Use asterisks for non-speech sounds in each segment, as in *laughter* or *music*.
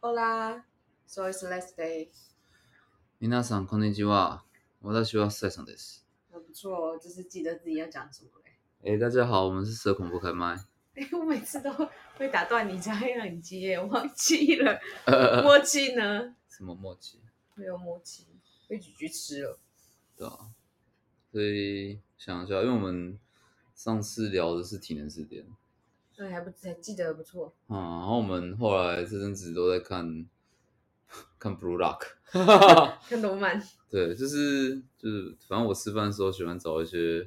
Hola, so it's Leslie。皆さん、こんにちは。私はサイさんです。很不错哦，就是记得自己要讲什么嘞。 *laughs* 诶，大家好，我们是社恐不开麦。 *laughs* 哎，我每次都会打断你，才让你接，我忘记了。呃，默契呢？什么默契？没有默契，被菊菊吃了。对啊，所以想一下，因为我们上次聊的是体能试点，对，哎还不还记得不错。嗯，然后我们后来这阵子都在看 *laughs* 看 Blue Rock，看动漫， *laughs* 对，就是就是，反正我吃饭的时候喜欢找一些，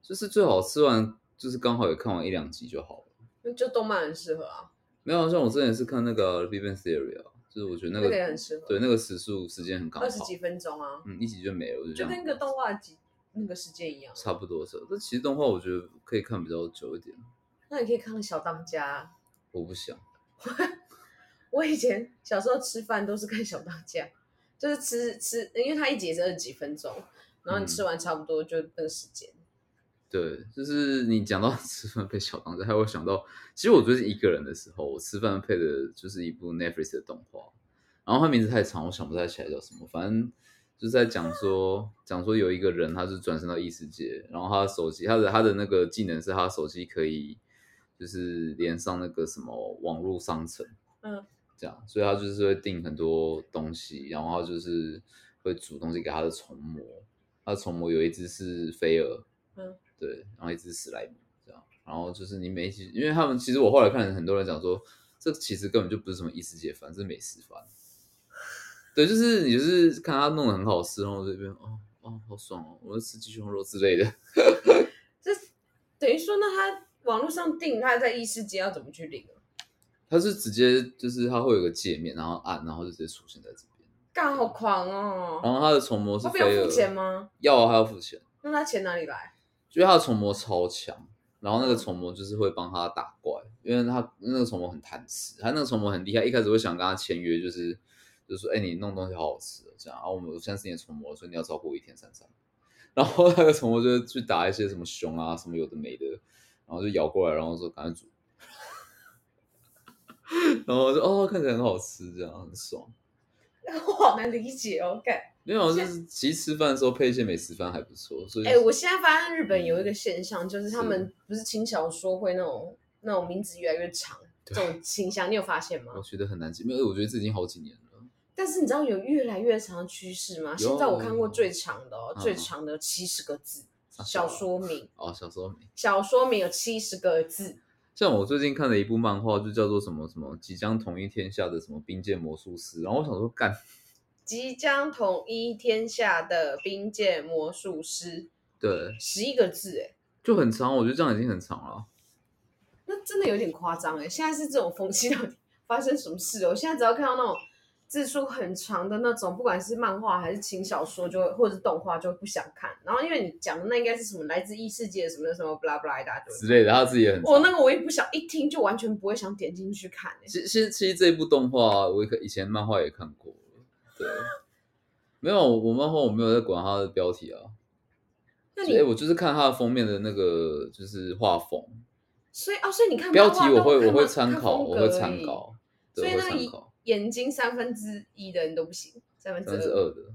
就是最好吃完就是刚好有看完一两集就好了。那就动漫很适合啊，没有，像我之前是看那个《Big Bang Theory》啊，就是我觉得那那个个也很适合。对，那个时速时间很刚好，二十几分钟啊，嗯，一集就没了，我就就这样跟那个动画集那个时间一样。差不多是。但其实动画我觉得可以看比较久一点，那你可以看《小当家》。啊我不想。我以前小时候吃饭都是看小当家，就是吃吃，因为它一集也是二十几分钟，然后你吃完差不多就那个时间。对，就是你讲到 *laughs* 吃饭配小当家，还会想到，其实我最近一个人的时候，我吃饭配的就是一部 Netflix 的动画，然后它名字太长，我想不太起来叫什么，反正就是在讲说，讲说有一个人，他是转身到异世界，然后他的手机，他的他的那个技能是他手机可以就是连上那个什么网络商城，嗯，这样，所以他就是会订很多东西，然后他就是会煮东西给他的虫魔，他的虫魔有一只是飞蛾，嗯，对，然后一只史莱姆这样，然后就是你每一集，因为他们其实我后来看很多人讲说，这其实根本就不是什么异世界番，是美食番，对，就是你就是看他弄得很好吃，然后这边哦哦好爽哦，我要吃鸡胸肉之类的，这等于说，那他网络上订，他在异世界要怎么去领啊？他是直接就是他会有个界面，然后按，然后就直接出现在这边，干好狂然哦！后他的虫魔是他不飞用蛾，付钱吗？要啊，他要付钱。那他钱哪里来？就是他的虫魔超强，然后那个虫魔就是会帮他打怪，因为他那个虫魔很贪吃，他那个虫魔很厉害，一开始会想跟他签约，就是就说，哎、你弄东西好好吃哦，这样，然后我们我现在是你的虫魔，所以你要照顾我一天三餐。然后那个虫魔就会去打一些什么熊啊，什么有的没的，然后就咬过来，然后说赶快煮，然后我就哦看起来很好吃，这样很爽。我好难理解哦，干。没有，就是其实吃饭的时候配一些美食饭还不错，所以、哎、我现在发现日本有一个现象，就是他们不是轻小说会那种那种名字越来越长这对种倾向，你有发现吗我？觉得很难记，因为我觉得这已经好几年了。但是你知道有越来越长的趋势吗？现在我看过最长的哦，嗯最长的七十个字啊小说名，哦，小时候没。小说名有七十个字，像我最近看的一部漫画，就叫做什么什么即将统一天下的什么冰剑魔术师，然后我想说干，即将统一天下的冰剑魔术师，对，十一个字哎，就很长，我觉得这样已经很长了。那真的有点夸张哎。现在是这种风气到底 *laughs* 发生什么事哦？我现在只要看到那种字数很长的那种，不管是漫画还是轻小说，就会或者是动画，就会不想看。然后因为你讲的那应该是什么来自异世界什么的什么不拉不拉的啊，对不对之类的，他自己也很我长。那个我也不想，一听就完全不会想点进去看、欸。其其实其实这部动画，我以前漫画也看过了，对，没有我漫画我没有在管它的标题啊，那所以你我就是看它的封面的那个就是画风，所以哦，所以你看标漫题画我都会看我会漫参看考，风我格会而参已，考，所对，以我会那个参眼考。眼睛三分之一的人都不行，三分之三分之二。二的，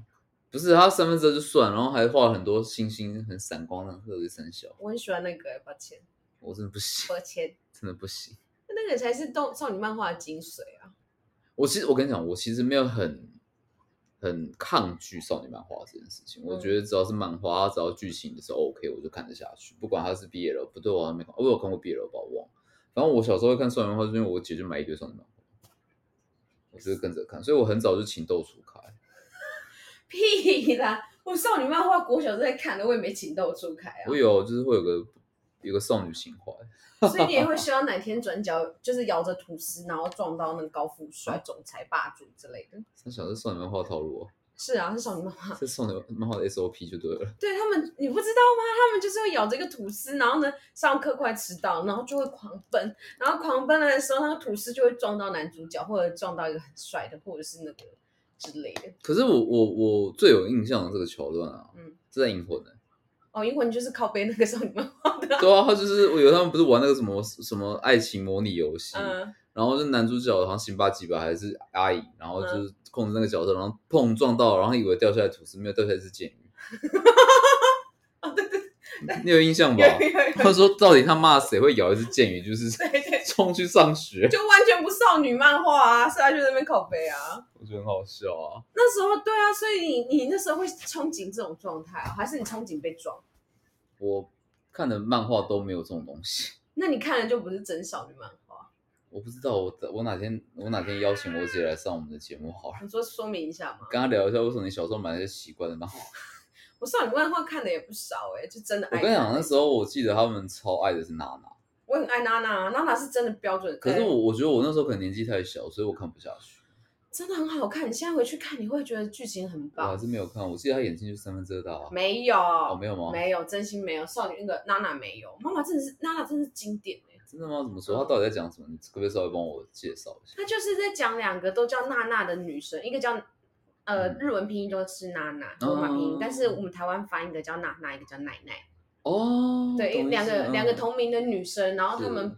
不是他三分之二就算，然后还画了很多星星，很闪光的，特别三小，我很喜欢那个、欸，抱歉，我真的不行，抱歉，真的不行。那个才是动少女漫画的精髓啊！ *laughs* 我其实我跟你讲，我其实没有很很抗拒少女漫画这件事情，我嗯觉得只要是漫画，它只要剧情的是 OK，我就看得下去，不管它是 BL 不对，我好像没看，哦我有看过 BL 吧，我忘了。反正我小时候会看少女漫画，是因为我姐就买一堆少女漫画，我就是跟着看，所以我很早就情窦初开。屁啦，我少女漫画国小就在看的，我也没情窦初开啊 *laughs* 我。有就是会有个有个少女情怀，所以你也会希望哪天转角就是摇着吐司，然后撞到那个高富 *laughs* 帅、总裁、霸主之类的。三小是少女漫画套路哦。是啊，是少女漫画。这送的漫画的 SOP 就对了。对他们，你不知道吗？他们就是会咬着一个吐司，然后呢，上课快迟到，然后就会狂奔，然后狂奔的时候，那个吐司就会撞到男主角，或者撞到一个很帅的，或者是那个之类的。可是我我我最有印象的这个桥段啊，嗯嗯，是在银魂的、哦，英文就是靠背那个少女漫画的，对啊，他就是我有他们不是玩那个什么什么爱情模拟游戏，嗯，然后就男主角好像辛巴基吧还是阿姨，然后嗯就是控制那个角色，然后碰撞到，然后以为掉下来吐司，没有掉下来是剑 *laughs* 鱼。哦你有印象吧？嗯有有有他说到底他妈谁会咬一只剑鱼，就是 *laughs* 对对，冲去上学，就完全不少女漫画啊，是来去那边口碑啊。 *laughs* 我觉得很好笑啊。那时候对啊，所以你你那时候会憧憬这种状态、啊，还是你憧憬被撞？我看的漫画都没有这种东西，那你看的就不是真少女漫画。我不知道我我哪天我哪天邀请我姐来上我们的节目好了，你说说明一下嘛。跟她聊一下为什么你小时候买那些奇怪的漫画。我少女漫画看的也不少哎、就真的我爱。跟你讲，那时候我记得他们超爱的是娜娜，我很爱娜娜，娜娜是真的标准。可是哎我我觉得我那时候可能年纪太小，所以我看不下去，真的很好看，你现在回去看，你会觉得剧情很我还棒。是没有看。我记得她眼睛就三分遮大啊，没有，哦没有吗？没有，真心没有。少女那个娜娜没有，妈妈真的是娜娜，真的是经典哎、真的吗？怎么说？她到底在讲什么？你可不可以稍微帮我介绍一下？她就是在讲两个都叫娜娜的女生，一个叫呃嗯日文拼音都是娜娜，罗马拼音，哦但是我们台湾翻译的叫娜娜，一个叫奶奶。哦，对，懂意两思个嗯两个同名的女生，然后她是们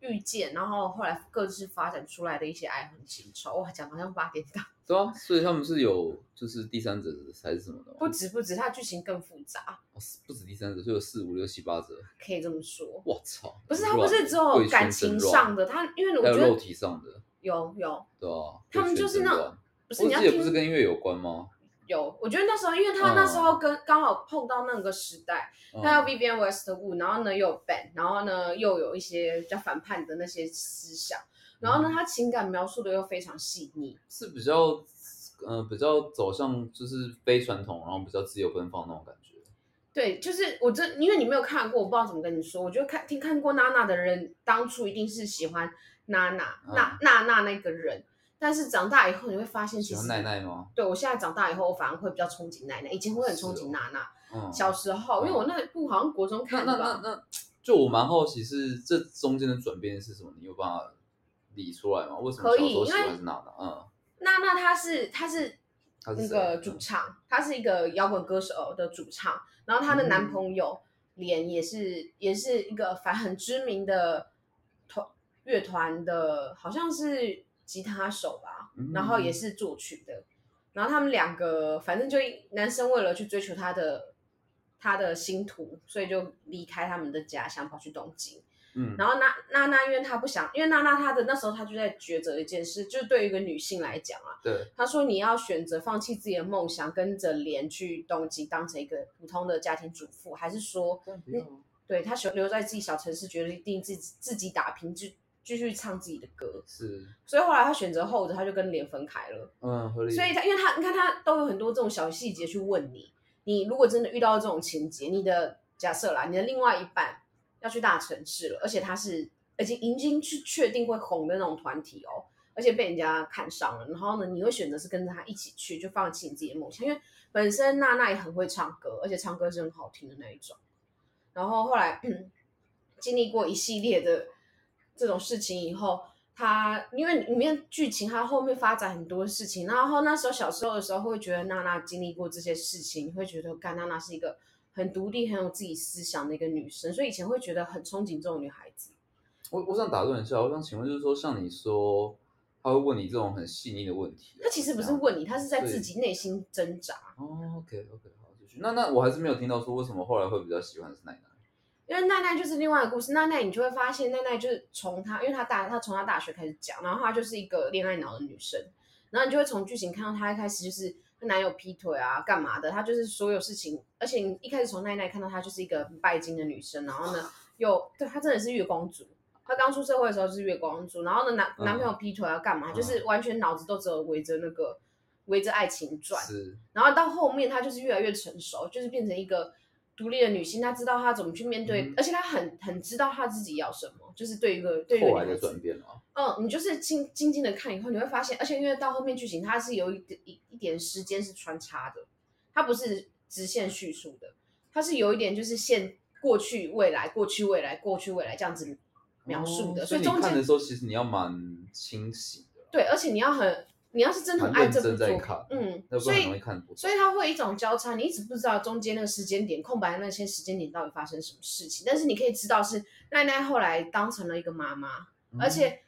遇见，然后后来各自发展出来的一些爱恨情仇。哇，讲得好像八点档，对啊，所以他们是有就是第三者还是什么的吗？不止不止，它剧情更复杂，哦是不止第三者，所以有四五六七八折。可以这么说。我操！不是，很它不乱是只有贵圈感情真乱上的，它因为我还觉有肉得体上的，有有，对啊，他们贵圈就是真那乱不是我你要记得不是听跟音乐有关吗？有，我觉得那时候因为他那时候跟刚好碰到那个时代，嗯他要 Vivian Westwood，然后呢又有 Ben，然后呢又有一些比较反叛的那些思想，然嗯后呢他情感描述的又非常细腻，是比较，呃，比较走向就是非传统，然后比较自由奔放那种感觉。对，就是我这因为你没有看过，我不知道怎么跟你说。我觉得看听看过娜娜的人，当初一定是喜欢娜娜、嗯娜娜娜那个人，但是长大以后你会发现，其喜欢实奶奶吗？对我现在长大以后，我反而会比较憧憬奶奶，以前会很憧是憬哦娜娜。嗯，小时候，因为我那部好像国中那看那的那吧，那，就我蛮好奇是这中间的转变是什么？你有办法理出来吗？为什么可小以时候因喜为欢是娜娜？嗯，娜娜她是她是她那是谁啊个主唱，她是一个摇滚歌手的主唱，然后她的嗯男朋友莲也是也是一个反很知名的团乐团的，好像是吉他手吧，嗯然后也是作曲的，然后他们两个反正就男生为了去追求他的他的星途，所以就离开他们的家乡跑去东京。嗯，然后娜娜娜，因为她不想，因为娜娜她的那时候她就在抉择一件事，就是对于一个女性来讲啊，对，她说你要选择放弃自己的梦想，跟着莲去东京当成一个普通的家庭主妇，还是说这样不要啊对她选留在自己小城市，决定自己自己打拼，继继续唱自己的歌。是，所以后来她选择后者，她就跟莲分开了。嗯，合理。所以她因为她你看她都有很多这种小细节去问你，你如果真的遇到这种情节，你的假设啦，你的另外一半要去大城市了，而且他是已经已经是确定会红的那种团体哦，而且被人家看上了，然后呢，你会选择是跟着他一起去，就放弃你自己的梦想，因为本身娜娜也很会唱歌，而且唱歌是很好听的那一种。然后后来、嗯经历过一系列的这种事情以后，他因为里面剧情他后面发展很多事情，然后那时候小时候的时候会觉得娜娜经历过这些事情，你会觉得干娜娜是一个很独立、很有自己思想的一个女生，所以以前会觉得很憧憬这种女孩子。我我想打断一下，我想请问，就是说，像你说，他会问你这种很细腻的问题啊、她其实不这是样问你，她是在对自己内心挣扎，哦，OK OK，好，继续。那那我还是没有听到说为什么后来会比较喜欢的是奶奶。因为奈奈就是另外一个故事。奈奈你就会发现，奈奈就是从她，因为她大，她从她大学开始讲，然后她就是一个恋爱脑的女生，然后你就会从剧情看到她一开始就是她男友劈腿啊，干嘛的，她就是所有事情，而且你一开始从奈奈看到她就是一个很拜金的女生，然后呢，又对她真的是月光族。她刚出社会的时候就是月光族，然后呢男嗯男朋友劈腿啊干嘛，就是完全脑子都只有围着那个围着爱情转，是，然后到后面，她就是越来越成熟，就是变成一个独立的女性。她知道她怎么去面对，嗯而且她很很知道她自己要什么，就是对一个对一个后来女孩的子转，变了啊。嗯，你就是静静静的看以后，你会发现，而且因为到后面剧情，它是有一点一一点时间是穿插的，它不是直线叙述的，它是有一点就是现过去未来过去未来过去未来这样子描述的，所哦所以你中看间的时候，其实你要蛮清醒的啊，对，而且你要很你要是真的很蛮爱认这部真在作品看，嗯，要不所然以很容易看不懂。所以它会有一种交叉，你一直不知道中间那个时间点空白的那些时间点到底发生什么事情，但是你可以知道是奈奈后来当成了一个妈妈，嗯而且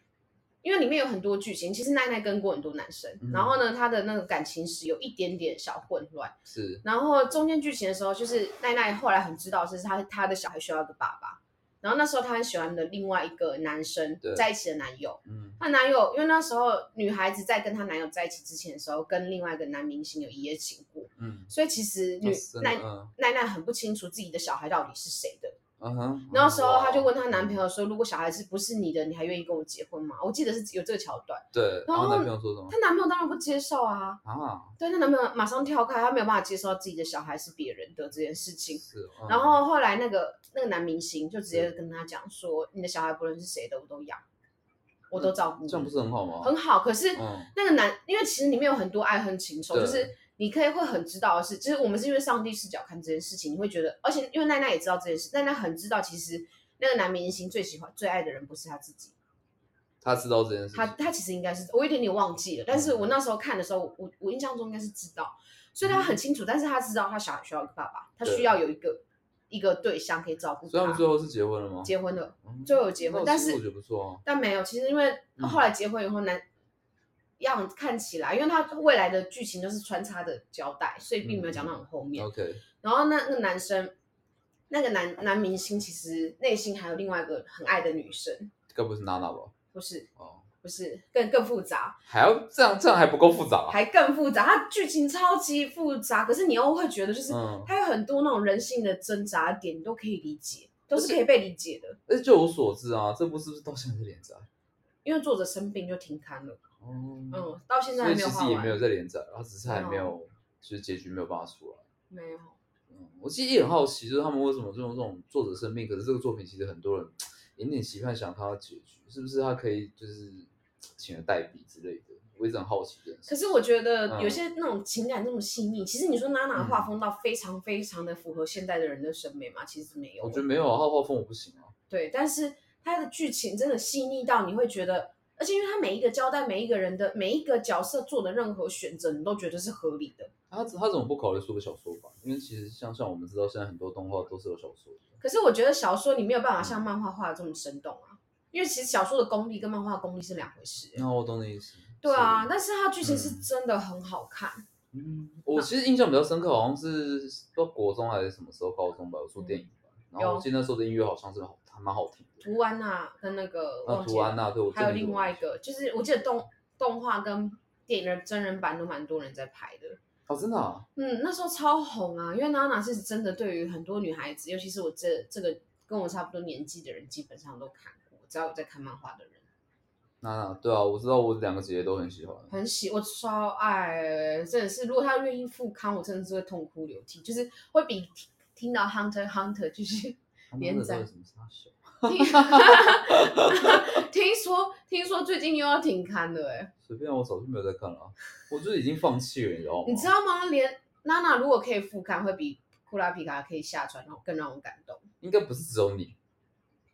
因为里面有很多剧情，其实奈奈跟过很多男生，嗯然后呢，她的那个感情史有一点点小混乱。是然后中间剧情的时候，就是奈奈后来很知道，就是她她的小孩需要一个爸爸。然后那时候她很喜欢的另外一个男生对在一起的男友，嗯她男友因为那时候女孩子在跟她男友在一起之前的时候，跟另外一个男明星有一夜情过，嗯，所以其实女、真的奈嗯奈奈很不清楚自己的小孩到底是谁的。啊哈，那时候她就问她哇男朋友说：“如果小孩是不是你的，你还愿意跟我结婚吗？”我记得是有这个桥段，对，然然后后男朋友说什么她男朋友当然不接受啊，啊？对，她男朋友马上跳开，她没有办法接受自己的小孩是别人的这件事情。是哦，嗯然后后来那个那个男明星就直接跟他讲说，你的小孩不论是谁的，我都养，我都照顾，这样不是很好吗？很好。可是嗯那个男，因为其实里面有很多爱恨情仇，对就是你可以会很知道的是，就是我们是因为上帝视角看这件事情，你会觉得，而且因为奈奈也知道这件事，奈奈很知道其实那个男明星最喜欢最爱的人不是他自己，他知道这件事情，他他其实应该是我有一点点忘记了，但嗯是我那时候看的时候，我我印象中应该是知道，所以他很清楚，但是他知道他小孩需要一个爸爸，他对需要有一个一个对象可以照顾所以他们他。最后是结婚了吗？结婚了，嗯最后有结婚那我但其实是我觉得不错啊。但没有。其实因为嗯后来结婚以后男，样看起来，因为他未来的剧情都是穿插的交代，所以并没有讲嗯到很后面。 OK，然后那那个男生，那个男男明星其实内心还有另外一个很爱的女生，该不会是娜娜吧？不是哦，不是更更复杂，还要这样，这样还不够复杂啊。还更复杂，它剧情超级复杂，可是你又会觉得就是嗯它有很多那种人性的挣扎点，你都可以理解，都是可以被理解的。而且就我所知啊，这部是不是到现在是连载？啊因为作者生病就停刊了，哦，嗯，到现在还所以没有其画实也完，哦没有在连载，然后只是还没没有有，就是结局没有办法出来。没有嗯，我其实也很好奇，就是他们为什么就用这种作者生命，可是这个作品其实很多人有点期盼想看到结局，是不是他可以就是请了代笔之类的？我一直很好奇这件事。可是我觉得嗯有些那种情感那么细腻，其实你说娜娜的画风到非常非常的符合现代的人的审美嘛，其实没有。我觉得没有啊，他的画风我不行啊。对，但是它的剧情真的细腻到你会觉得，而且因为它每一个交代每一个人的每一个角色做的任何选择，你都觉得是合理的。他他怎么不考虑出个小说版？因为其实像像我们知道，现在很多动画都是有小说的。可是我觉得小说你没有办法嗯像漫画画的这么生动啊，因为其实小说的功力跟漫画的功力是两回事。欸那我懂你意思。对啊，嗯是但是它剧情是真的很好看。嗯，我其实印象比较深刻，好像是不知道国中还是什么时候，高中吧，有嗯出电影版，然后我记得那时候的音乐好像是好还蛮好听的。图安娜跟那个啊，忘记图安了，娜对我还有真的另外一个，就是我记得动动画跟电影的真人版都蛮多人在拍的。哦，真的啊，嗯，那时候超红啊，因为娜娜是真的对于很多女孩子，尤其是我这这个跟我差不多年纪的人，基本上都看过，只要有在看漫画的人。娜娜对啊，我知道我两个姐姐都很喜欢。很喜，我超爱，真的是，如果他愿意复刊，我真的是会痛哭流涕，就是会比听听到 Hunter Hunter 就是 *laughs* 他们那个连载到底什么时候小？听听 *laughs* 说听说最近又要停刊了，哎，随便啊，我早就没有在看了啊，我就已经放弃了，你知道吗？你知道吗？连娜娜如果可以复刊，会比库拉皮卡可以下船，然后更让我感动。应该不是只有你，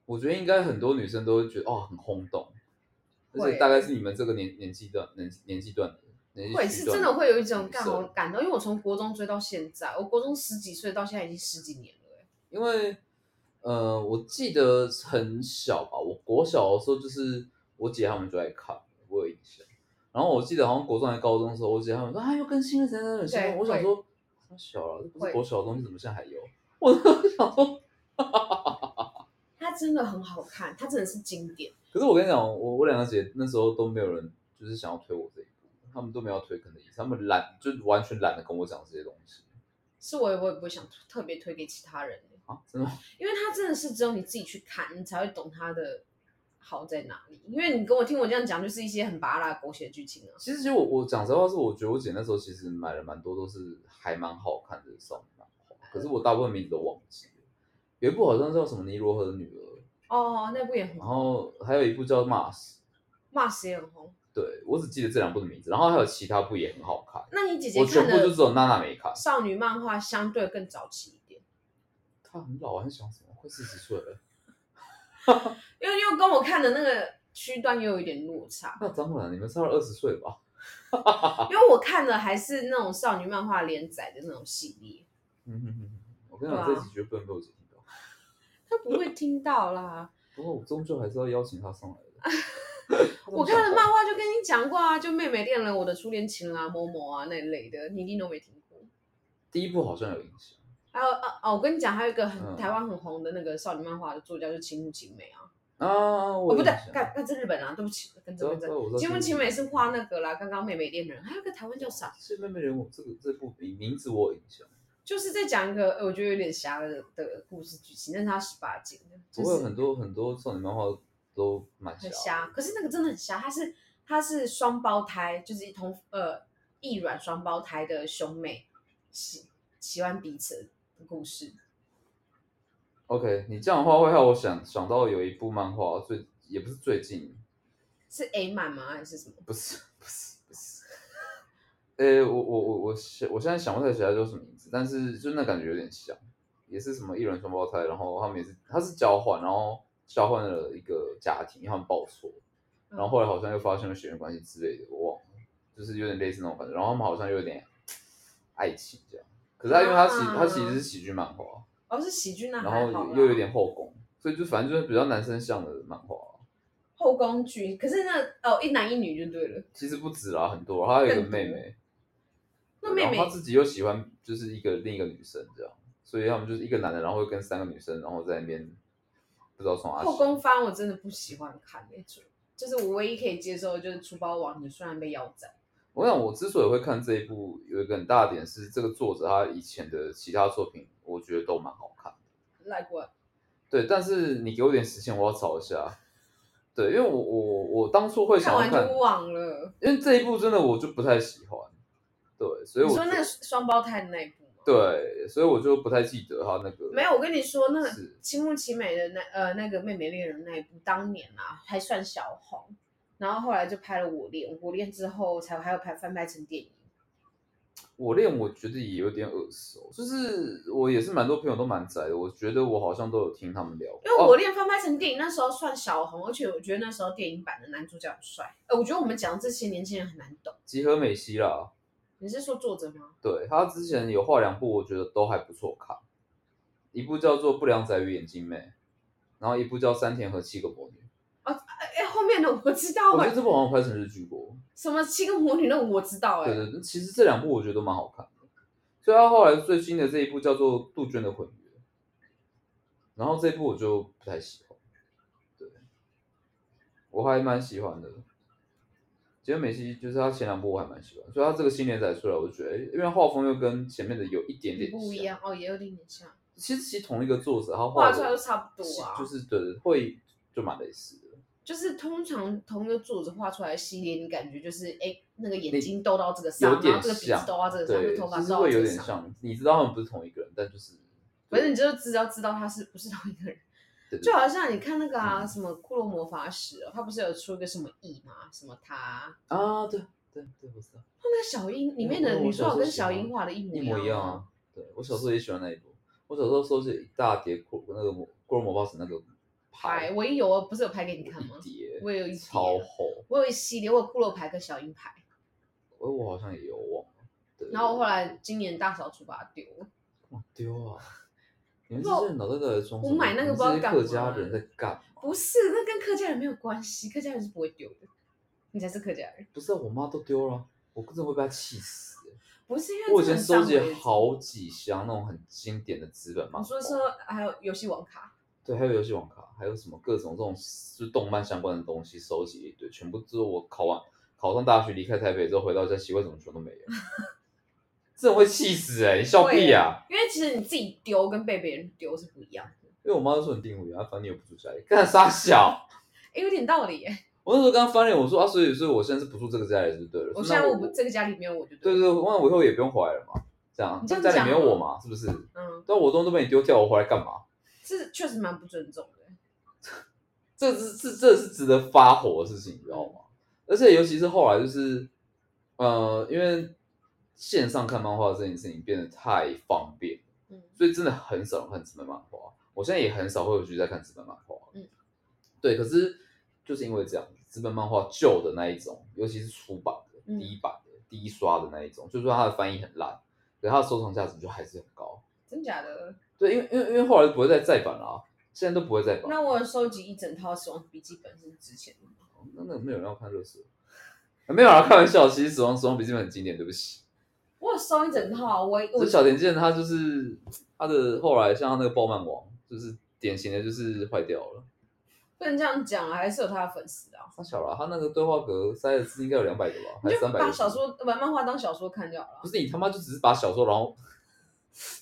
我觉得应该很多女生都会觉得哦很轰动，而且会大概是你们这个年年纪段年年纪段的年纪会区是段真的会有一种女干生好感动，因为我从国中追到现在，我国中十几岁到现在已经十几年了，哎，因为呃，我记得很小吧，我国小的时候就是我姐她们就在看，我有印象。然后我记得好像国中还高中的时候，我姐她们说啊又更新了，怎样怎样怎样。对我想会说，太小啊了，这不是会国小的东西，怎么现在还有？我就想说，它真的很好看，它真的是经典。可是我跟你讲，我我两个姐那时候都没有人就是想要推我这一步，他们都没有推坑的意思，他们懒，就完全懒得跟我讲这些东西是我也我也不会想特别推给其他人，哎啊，真的吗。因为它真的是只有你自己去看，你才会懂它的好在哪里。因为你跟我听我这样讲，就是一些很拔拉狗血的剧情啊。其实其实我我讲实话是，我觉得我姐那时候其实买了蛮多都是还蛮好看的少女漫画，可是我大部分名字都忘记了。有一部好像叫什么《尼罗河的女儿》，哦，那部也很然红，后还有一部叫《Mars》，骂死也很红。对我只记得这两部的名字，然后还有其他部也很好看。那你姐姐我全看部的就只有娜娜没看，少女漫画相对更早期一点，她很老啊，还想什么？快四十岁了，因为又跟我看的那个区段又有一点落差，那当然你们差了二十岁吧？因为我看的还是那种少女漫画连载的那种系列，嗯哼哼哼，我跟你对啊讲，这几绝对不能被我姐听到。她不会听到啦。不过我终究还是要邀请她上来的。 *laughs* 我看的漫画就跟你讲过啊，就妹妹恋人、我的初恋情啦、某某啊那类的，你一定都没听过。第一部好像有影响，还有啊哦，我跟你讲，还有一个很、嗯台湾很红的那个少女漫画的作家就是青木晴美啊，啊，哦我有不对印象，干那是日本啊，对不起，跟这知道跟知这道，我知道青木晴美是画那个啦，刚刚妹妹恋人，还有个台湾叫啥？是妹妹人物这个这部名名字我有印象，就是在讲一个呃我觉得有点瞎的的故事剧情，但是它十八禁的，就不过有是很多很多少女漫画都蛮很小的，瞎。可是那个真的很瞎，它是它是双胞胎，就是一同呃异卵双胞胎的兄妹喜喜欢彼此的故事。 OK，你这样的话会让我想想到有一部漫画，最也不是最近，是 A 漫吗？还是什么？不是不是不是，呃、我我我我现我现在想不太起来叫什么名字，但是就那感觉有点像，也是什么一人双胞胎，然后他们也是他是交换，然后交换了一个家庭，因为他们报错，嗯然后后来好像又发生了血缘关系之类的，我忘了，就是有点类似那种感觉，然后他们好像又有点爱情这样，可是他因为他其他其实是喜剧漫画，哦，是喜啊剧那然还好后啦又有点后宫，所以就反正就是比较男生向的漫画。后宫剧，可是那哦一男一女就对了。其实不止啦，很多，她有一个更多妹妹，那妹妹她自己又喜欢就是一个另一个女生这样，所以他们就是一个男的，然后会跟三个女生，然后在那边不知道从哪后宫番我真的不喜欢看那种，就是我唯一可以接受的就是《出包王》，你虽然被腰斩，我想我之所以会看这一部，有一个很大的点是这个作者他以前的其他作品，我觉得都蛮好看的。来过对，但是你给我点时间，我要找一下。对，因为我我我当初会想看要完看，就忘了。因为这一部真的我就不太喜欢。对，所以你我说就那个双胞胎的那一部吗？对，所以我就不太记得他那个没有，我跟你说，那个是青木奇美的那呃那个妹妹恋人那一部，当年啊还算小红，然后后来就拍了《我恋》，《我恋》之后才还有拍翻拍成电影。我练，我觉得也有点耳熟，就是我也是蛮多朋友都蛮宅的，我觉得我好像都有听他们聊过。因为哦《我恋》翻拍成电影那时候算小红，而且我觉得那时候电影版的男主角很帅。呃，我觉得我们讲这些年轻人很难懂。集合美希啦，你是说作者吗？对他之前有画两部，我觉得都还不错看，一部叫做《不良仔与眼镜妹》，然后一部叫《山田和七个魔女哎、后面的我知》，道我哎、觉得这部好像拍成日剧过。什么七个魔女那个我知道哎、对对对，其实这两部我觉得都蛮好看的。所以他后来最新的这一部叫做《杜鹃的婚约》，然后这一部我就不太喜欢，对，我还蛮喜欢的。杰美西就是他前两部我还蛮喜欢，所以他这个新连载出来，我就觉得，诶因为画风又跟前面的有一点点像不一。样哦，也有点点像，其实其实同一个啊作者，他画的出来都差不多啊。就是对，会就蛮类似的。就是通常同一个作者画出来的系列，你感觉就是哎、那个眼你睛兜到这个有上，然点后这个鼻像子兜到这个上，那对，个头发就兜是到会这有个点上。像，你知道他们不是同一个人，但就是反正你就知道知道他是不是同一个人，对对就好像你看那个啊嗯什么《骷髅魔法使》哦，他不是有出一个什么翼吗？什么他啊，对对对，我知道。那个小樱里面嗯的嗯我女主小时角候跟喜小欢樱画的一模一模一样啊。啊。对，我小时候也喜欢那一部，我小时候收集一大叠骷那个魔骷髅魔法使那个牌牌，我也有啊，不是有拍给你看吗一？叠，我也有一叠啊超厚，我有一系列，我有骷髅牌跟小樱牌，我我好像也有忘了。对然后我后来今年大扫除把它丢了。哇丢啊！你们不这知道些人脑袋到底在装什我么买那个你们不知道这些干客嘛啊家人在干嘛？不是，那跟客家人没有关系，客家人是不会丢的，你才是客家人，不是啊，我妈都丢了，我真的会被她气死。不是因为我以这个前很收上集位好哦几箱那种很经典的资本漫你画，说说还有游戏网卡，对，还有游戏网卡，还有什么各种这种就是动漫相关的东西收集一堆，全部之后我考完考上大学离开台北之后回到家，奇怪怎么全 *laughs* 都没有，这种会气死哎、你笑屁呀、因为其实你自己丢跟被别人丢是不一样的，因为我妈就说你定位啊，反正你又不住家里，干傻小。哎，有点道理耶。我那时候跟她翻脸，我说啊，所以所以我现在是不住这个家里是对了，我那现在我我不这个家里没有我就对了对，那我以后也不用回来了嘛，这样你这这样家里讲没有吗我嘛，是不是？嗯，但我东西都被你丢掉，我回来干嘛？是确实蛮不尊重的，这是这这是值得发火的事情，你知道吗？而且尤其是后来就是，呃，因为线上看漫画这件事情变得太方便，嗯，所以真的很少人看纸本漫画。我现在也很少会有去再看纸本漫画，嗯，对。可是就是因为这样，纸本漫画旧的那一种，尤其是出版的、嗯第一版的、第一刷的那一种，就算它的翻译很烂，可是它的收藏价值就还是很高。真假的？对，因为因为因为后来不会再再版了、啊，现在都不会再版。那我有收集一整套《死亡笔记本》是值钱的吗，那那没有人要看热死我、啊没有啊，开玩笑。其实《死亡死亡笔记本》很经典，对不起。我有收一整套，啊我我这小田健他就是他的后来像他那个暴漫王，就是典型的就是坏掉了。不能这样讲啊，还是有他的粉丝啊。他小了，他那个对话格塞的字应该有两百个吧，还你是就三百？把小说把漫画当小说看就好了不。是你他妈就只是把小说然后 *laughs*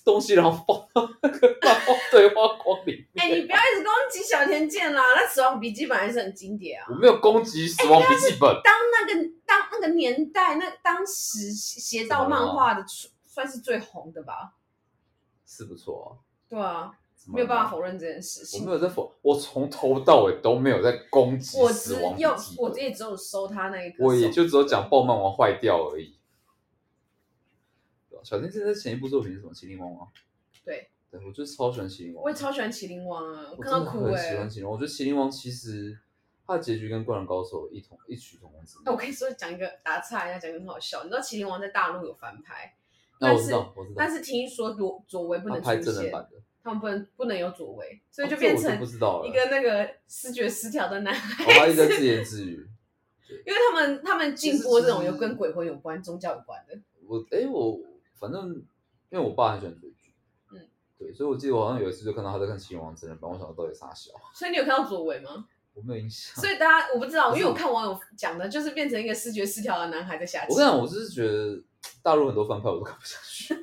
东西然后放到那个漫画对话框里面。哎、你不要一直攻击小田健啦，那《死亡笔记本》还是很经典啊我。没有攻击《死亡笔记本》当那个当那个年代，那当时邪道漫画的出算是最红的吧？是不错啊，对啊，怎么没有办法了吗。否认这件事我情没。有在否，我从头到尾都没有在攻击我《只死亡笔有记我本》也只有收他那一个手，我也就只有讲暴漫王坏掉而已。对啊吧小天现在前一部作品是什么？《麒麟王》吗？对，对我就是超喜欢《麒麟王我》，也超喜欢《麒麟王》啊，我看真到的哭很哎、喜欢《麒麟王》。我觉得《麒麟王》其实它的结局跟《灌篮高手》一同一曲同工之那妙我。跟你说讲一个打岔一下，讲一个很好笑。你知道《麒麟王》在大陆有翻拍，那但啊我知是道，我知道但，是听说左左为不他能拍出真人现，版的，他们不能不能有左为，所以哦就这变我成不知道了。一个那个视觉失调的男哦他孩 *laughs* 一直在子。自言自语。因为他们他们禁播这种有跟鬼魂有关、宗教有关的，我哎、我反正因为我爸很喜欢追剧，嗯，对，所以我记得我好像有一次就看到他在看《麒麟王》真人版，我想到底啥小，所以你有看到左为吗？我没有印象。所以大家我不知道，不因是为我看网友讲的，就是变成一个视觉失调的男孩在下棋。我跟你讲，我就是觉得大陆很多翻拍我都看不下去，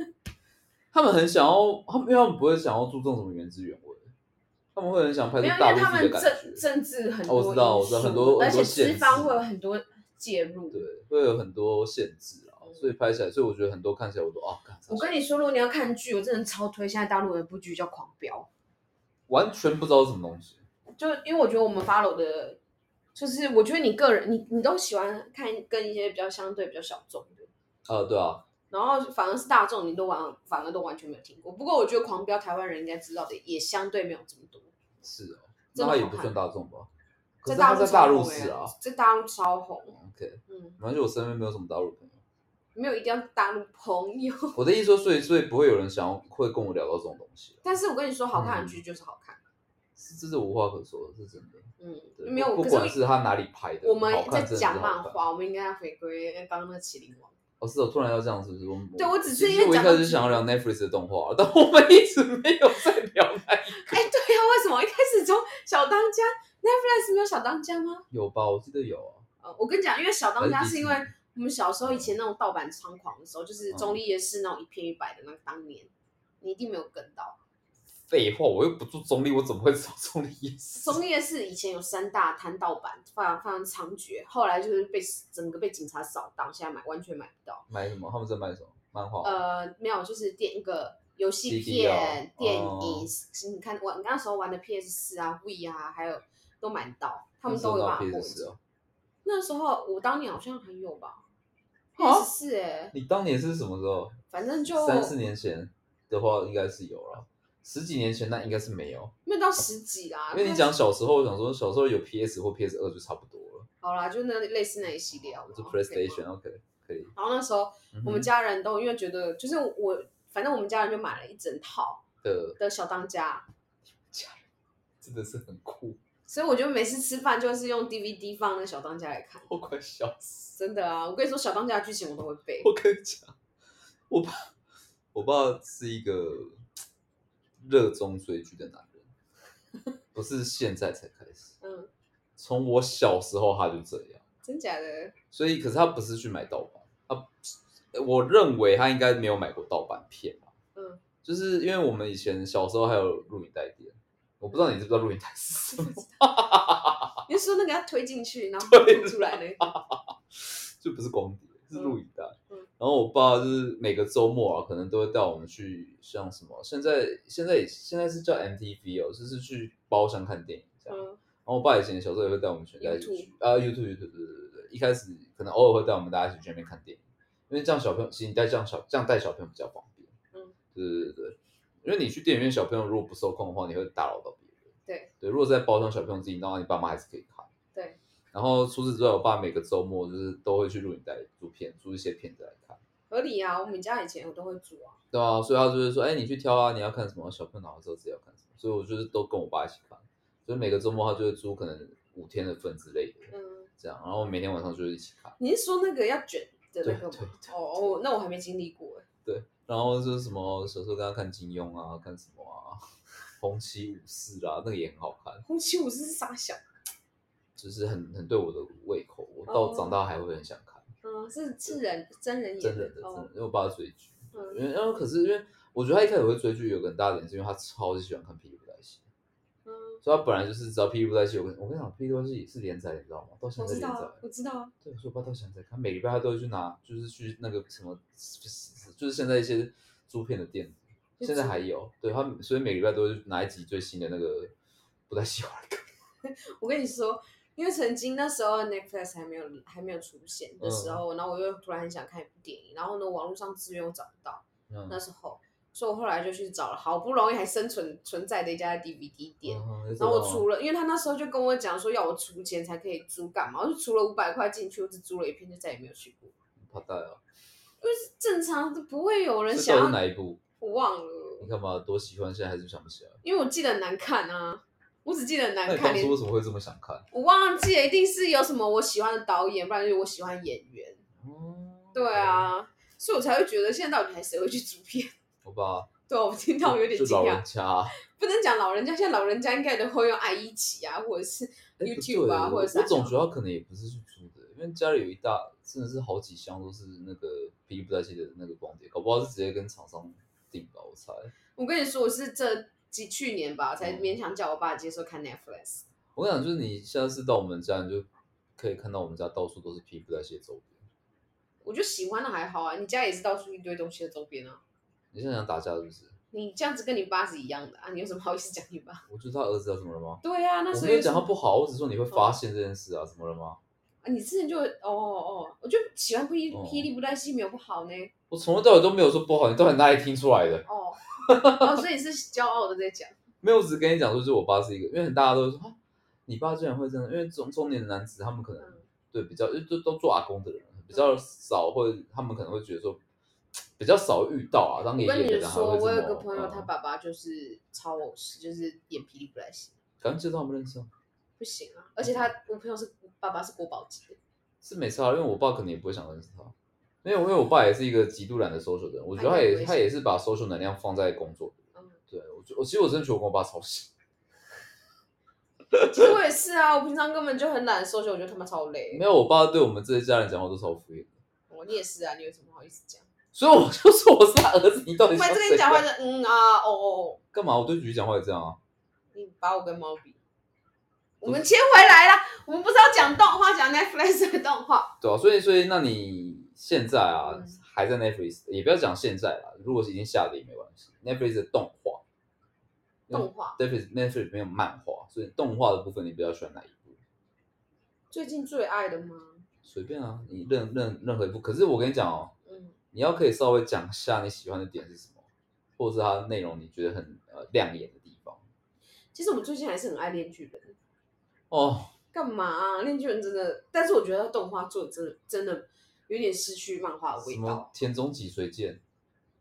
*laughs* 他们很想要，他们因为他们不会想要注重什么原汁原味，他们会很想拍出没有，因大为陆他自己们的感政觉，政治很哦多我知因素道我知道很多而且很多限资制方会有很多介入。对，会有很多限制啊，嗯所以拍起来，所以我觉得很多看起来我都啊，干我跟你说，如果你要看剧，我真的超推现在大陆有一部剧叫《狂飙完全不知道是什么东西，》，就因为我觉得我们 follow 的，就是我觉得你个人，你你都喜欢看跟一些比较相对比较小众的，啊，对啊，然后反而是大众你都完反而都完全没有听过。不过我觉得《狂飙》台湾人应该知道的也相对没有这么多，是哦，真的那他也好不看算大众吧，可在是他陆在大陆超红是啊欸，在大陆超红， ，OK。嗯，反正我身边没有什么大陆朋友。没有一定要大陆朋友， *laughs* 我的意思说，所以所以不会有人想要会跟我聊到这种东西啊，但是我跟你说，好看的剧就是好看，是这是无话可说的，是真的。嗯，对没有，可不不是管我是他哪里拍的，我们在好看真的是讲好漫看。画，我们应该要回归刚刚那《麒麟王》。 *laughs* 哦，是哦，突然要这样，是不是？我对我只是其因实为我一讲到开始这想要聊 Netflix 的动 *laughs* 画，但我们一直没有在聊那一哎，对呀、为什么一开始从小当家 Netflix 没有小当家吗？有吧？我记得有啊。呃，我跟你讲，因为小当家还是是因为我们小时候以前那种盗版猖狂的时候，就是嗯中立夜市那种一片一百的那个当年，你一定没有跟到。废话，我又不住中立，我怎么会知道中立意思？中立夜市以前有三大摊盗版，非常非常猖獗，后来就是被整个被警察扫荡，现在买完全买不到。买什么？他们在卖什么？漫画？呃，没有，就是电那个游戏 CD 啊片、电影，哦是你看我你那时候玩的 PS 四啊、V 啊，还有都买得到，他那们时候都有办哪法有过 PS 啊？那时候我当年好像还有吧，啊也是哎，你当年是什么时候？反正就三四年前的话，应该是有了。十几年前那应该是没有，没有到十几啦。因为你但讲小时候，我想说小时候有 PS 或 PS 二就差不多了，好啦，就那类似那一系列好不就好可以吗 PlayStation 哦 OK 可以。然后那时候嗯哼我们家人都因为觉得，就是我反正我们家人就买了一整套的的小当家，真的是很酷，所以我就每次吃饭就是用 DVD 放那小当家来看。我快笑死！真的啊，我跟你说，小当家的剧情我都会 *laughs* 背。我跟你讲，我爸我爸是一个热衷追剧的男人，不是现在才开始，嗯，从我小时候他就这样。真假的？所以，可是他不是去买盗版，他我认为他应该没有买过盗版片吧。嗯，就是因为我们以前小时候还有录影带店，我不知道你知不知道录影带是什么，啊你是说那个要推进去，然后吐出来 *laughs* 那个？就不是光碟，是录影带。嗯然后我爸就是每个周末啊，可能都会带我们去像什么，现在现在现在是叫 MTV 哦，就是去包厢看电影这样。嗯然后我爸以前小时候也会带我们全家一起 YouTube 去啊，YouTube YouTube 对对对对，一开始可能偶尔会带我们大家一起去那边看电影，因为这样小朋友，其实你带这样小这样带小朋友比较方便。嗯，对对对对，因为你去电影院，小朋友如果不受控的话，你会打扰到别人。对对，如果在包厢，小朋友自己闹，你爸妈还是可以看。对。然后除此之外，我爸每个周末就是都会去录影带租片，租一些片子来看。合理啊，我们家以前我都会煮啊。对啊，所以他就是说，哎，你去挑啊，你要看什么，小朋友哪个时候自己要看什么，所以我就是都跟我爸一起看，所以每个周末他就会租可能五天的份之类的，嗯，这样，然后每天晚上就是一起看。你是说那个要卷的那个对对吗？哦哦，那我还没经历过哎。对，然后就是什么小时候跟他看金庸啊，看什么啊，红旗武士啊，那个也很好看，红旗武士是傻小，就是很很对我的胃口，我到哦长大还会很想看，嗯，是是人真人演真的真的，哦因为我爸追剧，因嗯为然后可是因为我觉得他一开始会追剧有个很大的点，是因为他超级喜欢看《霹雳布袋戏》，嗯，所以他本来就是只要《霹雳布袋戏》，我跟我跟你讲，《霹雳布袋戏》是连载，你知道吗？到现我在知连道载啊，。我知道啊，对，所以我爸到现在在看，每礼拜他都会去拿，就是去那个什么，就是现在一些租片的店子，就现在租还有，对他，所以每礼拜都会拿一集最新的那个不太喜欢的歌。我跟你说。因为曾经那时候 Netflix 还没有还没有出现的时嗯候，然后我又突然很想看一部电影，然后呢，网络上资源我找不到，那嗯，时候，所以我后来就去找了，好不容易还生存存在的一家 DVD 哦店。然后我除了，了，因为他那时候就跟我讲说要我出钱才可以租，干嘛？我就除了五百块进去，我只租了一片，就再也没有去过。怕带啊，正常都不会有人这想到底是要，哪一部？我忘你了，看嘛，多喜欢，现在还是想不起来。因为我记得很难看啊，我只记得很那难你看，当初连为什么会这么想看？我忘记了，一定是有什么我喜欢的导演，不然就是我喜欢演员。哦对，啊，所以我才会觉得现在到底还谁会去租片？ *laughs* 我爸对啊、我听到我有点就惊就老人讶，家啊，不能讲老人家，现在老人家应该都会用爱一起啊，或者是哎 YouTube 啊不对或者是我总啥觉得他可能也不是去租的，因为家里有一大真的是好几箱都是那个霹雳布袋戏的那个光碟，搞不好是直接跟厂商订吧，我猜。我跟你说，我是这几去年吧，才嗯勉强叫我爸接受看 Netflix。我跟你讲，就是你下次到我们家，你就可以看到我们家到处都是霹雳布袋戏的周边。我就喜欢的还好啊，你家也是到处一堆东西的周边啊。你现在想打架是不是？你这样子跟你爸是一样的啊，你有什么好意思讲你 *laughs* 爸？我觉得他儿子啊，怎么了吗？对 *laughs* 啊，那哦我所没有以讲他不好，我只是说你会发现这件事啊，怎么了吗？啊，你之前就哦哦，我就喜欢霹哦霹雳布袋戏没有不好呢。我从头到尾都没有说不好，你到底哪里听出来的？ *laughs* 哦，哦，所以你是骄傲的在讲。没有，我只是跟你讲说，就是我爸是一个，因为大家都说，啊你爸居然会这样，因为中中年男子他们可能嗯对比较，就都都做阿公的人比较少会，他们可能会觉得说比较少遇到啊，当爷我爷跟的你人还说，会这么。我有个朋友，嗯他爸爸就是超偶师，就是演霹雳布袋戏，反正介绍我们认识啊，不行啊。而且他，我朋友是爸爸是国宝级的，是没啊差，因为我爸可能也不会想认识他，因为因为我爸也是一个极度懒得 social 的人，我觉得他嗯他也不也会他也是把 social 能量放在工作。嗯。对我觉我其实我真的觉得我跟我爸超像， *laughs* 其实我也是啊，我平常根本就很懒收学，我觉得他妈超累没。有我爸对我们这些家人讲话都超敷衍的，我你也是啊，你有什么好意思讲？所以我 *laughs* 就说我是他儿子，你到我底想每次跟怎你讲话样就嗯啊哦哦，哦，干嘛？我对菊菊讲话也这样啊。你把我跟猫比。我们切回来啦，我们不是要讲动画，讲 Netflix 的动画。对啊，所以所以那你现在啊、嗯还在 Netflix，也不要讲现在啦，如果是已经下的也没关系。Netflix 的动画动画，Netflix Netflix 没有漫画，所以动画的部分你比较喜欢哪一部？最近最爱的吗？随便啊，你任任任何一部。可是我跟你讲哦，嗯，你要可以稍微讲一下你喜欢的点是什么，或者是它的内容你觉得很呃亮眼的地方其实我最近还是很爱《恋巨人》。哦。干嘛、啊？《恋巨人》真的，但是我觉得动画做的真的真的有点失去漫画的啊味什道么。田中脊髓剑？哦，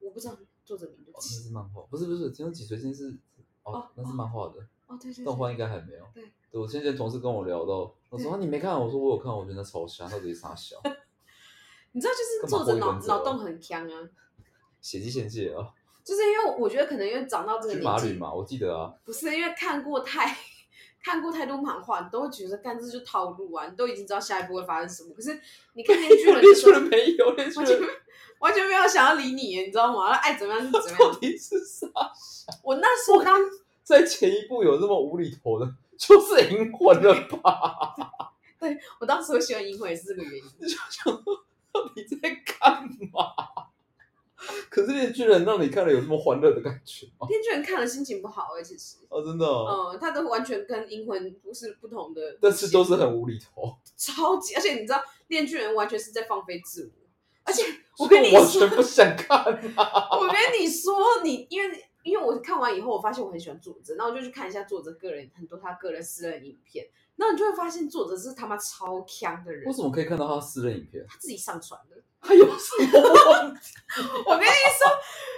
我不知道作者名字那。是漫画，不是不是，田中脊髓剑是哦哦，那是漫画的。哦，对对对。动画应该还没有。对，我先前同事跟我聊到，我说、啊、你没看，我说我有看，我觉得那超瞎，到底是啥小？你知道，就是干作者嘛霍伊脑文泽脑洞很强啊， *laughs* 血迹献界啊，就是因为我觉得可能因为长到这个去马年吕纪，嘛，我记得啊，不是因为看过太看过太多漫画，你都会觉得干这就套路啊，你都已经知道下一步会发生什么。可是你看那 *laughs* 剧了，连你说说了没有，连说完全了没完全没有想要理你耶，你知道吗？爱怎么样就怎么到样。底是啥？我那时候当在前一部有这么无厘头的，就是银魂了吧？ *laughs* 我当时会喜欢银魂也是这个原因。你就想说到底在干嘛？ *laughs* 可是猎巨人让你看了有这么欢乐的感觉吗？ *laughs* 天巨人看了心情不好哎，其实，哦，真的、哦，嗯，他都完全跟银魂不是不同的路线，但是都是很无厘头，超级，而且你知道，恋巨人完全是在放飞自我，而且我跟你完说全，不想看 *laughs* 啊。 *laughs* 我跟你说，你因为因为我看完以后，我发现我很喜欢作者，然后我就去看一下作者个人很多他个人私人影片，然后你就会发现作者是他妈超强的人为，什么可以看到他私人影片？他自己上传的。他有什么 *laughs* 问题？我跟你说，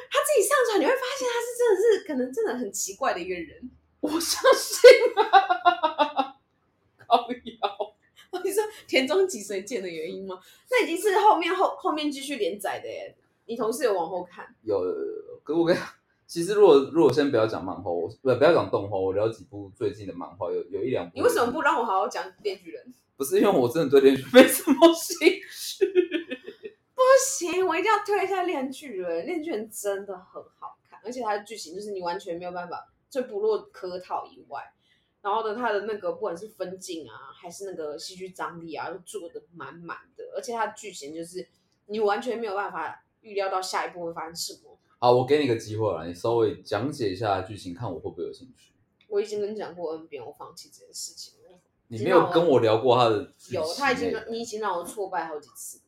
他自己上传，你会发现他是真的是可能真的很奇怪的一个人， *laughs* 我相信啊，高瑶，而且你说田中脊髓剑的原因吗？那已经是后面后后面继续连载的耶。你同事有往后看？有，可我跟你讲，其实如果如果先不要讲漫画，我不不要讲动画，我聊几部最近的漫画，有有一两部。你为什么不？让我好好讲《电锯人》？不是因为我真的对连续没什么兴趣。不行，我一定要推一下《恋巨人》，《恋巨人》真的很好看，而且它的剧情就是你完全没有办法，就不落客套以外，然后呢，它的那个不管是分镜啊，还是那个戏剧张力啊，都做的满满的，而且它的剧情就是你完全没有办法预料到下一步会发生什么。好，我给你个机会啦，你稍微讲解一下剧情，看我会不会有兴趣。我已经跟你讲过 N 遍，我放弃这件事情了。你没有跟我聊过他的剧情啊有，他已经欸你已经让我挫败好几次了。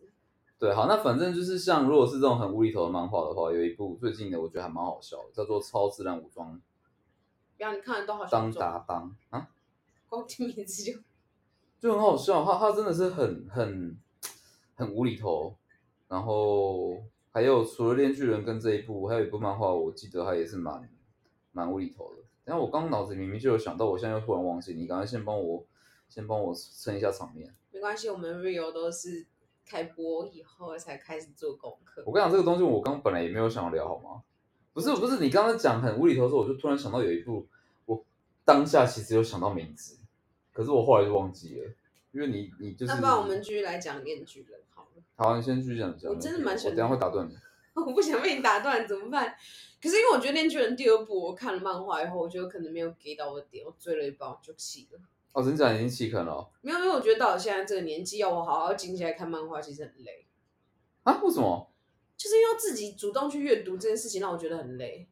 对，好，那反正就是像如果是这种很无厘头的漫画的话，有一部最近的我觉得还蛮好笑的，叫做《超自然武装不要你看的都好像当中搭档》啊，光听名字就就很好笑。他他真的是很很很无厘头。然后还有除了《恋巨人》跟这一部，还有一部漫画，我记得它也是蛮蛮无厘头的。然后我刚脑子里明明就有想到，我现在又突然忘记，你赶快先帮我先帮我撑一下场面。没关系，我们 real 都是开播以后才开始做功课。我跟你讲这个东西，我刚本来也没有想要聊，好吗？不是不是，你刚刚讲很无厘头的时候，我就突然想到有一部，我当下其实有想到名字，可是我后来就忘记了，因为你你就是。那不然我们继续来讲《面具人》好了。 *laughs* 好，你先继续讲讲。我真的蛮喜我欢等一下会打断你。我不想被你打断，怎么办？可是因为我觉得《恋巨人》第二部我看了漫画以后，我觉得可能没有给到我的点，我追了一半我就弃了。哦，真假已经弃坑了哦没有，因为我觉得到我现在这个年纪，要我好好静下来看漫画，其实很累。啊？为什么？就是因为要自己主动去阅读这件事情，让我觉得很累。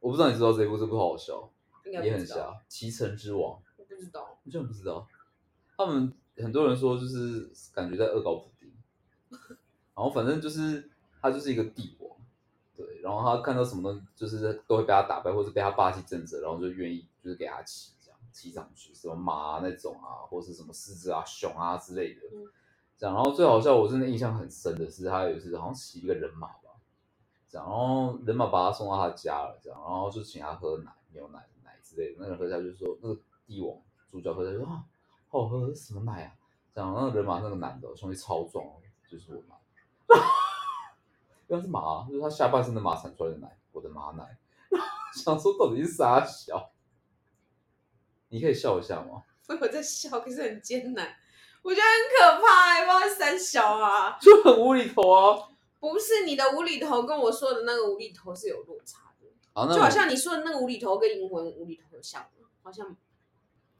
我不知道你知道这一部，这部好笑，哦应该也不很知道，瞎，《骑乘之王》，我不知道， *laughs* 你居然不知道？他们很多人说就是感觉在恶搞普丁，然后反正就是他就是一个帝王，对，然后他看到什么东西就是都会被他打败，或是被他霸气震慑，然后就愿意就是给他骑这样骑上去，什么马啊那种啊，或是什么狮子啊、熊啊之类的，嗯这样。然后最好笑，我真的印象很深的是他有一次好像骑一个人马吧，这样，然后人马把他送到他家了，这样，然后就请他喝奶、牛奶、奶之类的，那个人喝下去就说那个帝王主角喝下去说啊。好好喝什么奶啊？这样，然后人马那个男的兄弟超壮，哦就是我妈， *laughs* 原来是马啊、就是他下半身的马产出来的奶，我的马奶。想说到底是啥小？你可以笑一下吗？ *laughs* 我有在笑，可是很艰难，我觉得很可怕、欸，不知道是三小啊。就很无厘头啊。不是你的无厘头跟我说的那个无厘头是有落差的，好，那就我好像你说的那个无厘头跟银魂无厘头有像吗？好像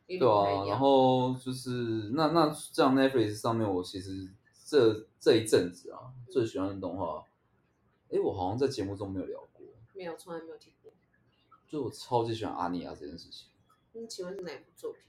有点对不太啊，一然样。后就是那那这样 Netflix 上面，我其实这这一阵子啊，最嗯喜欢的动画，哎，我好像在节目中没有聊过，没有，从来没有听过。就我超级喜欢阿尼亚这件事情，嗯，请问是哪一部作品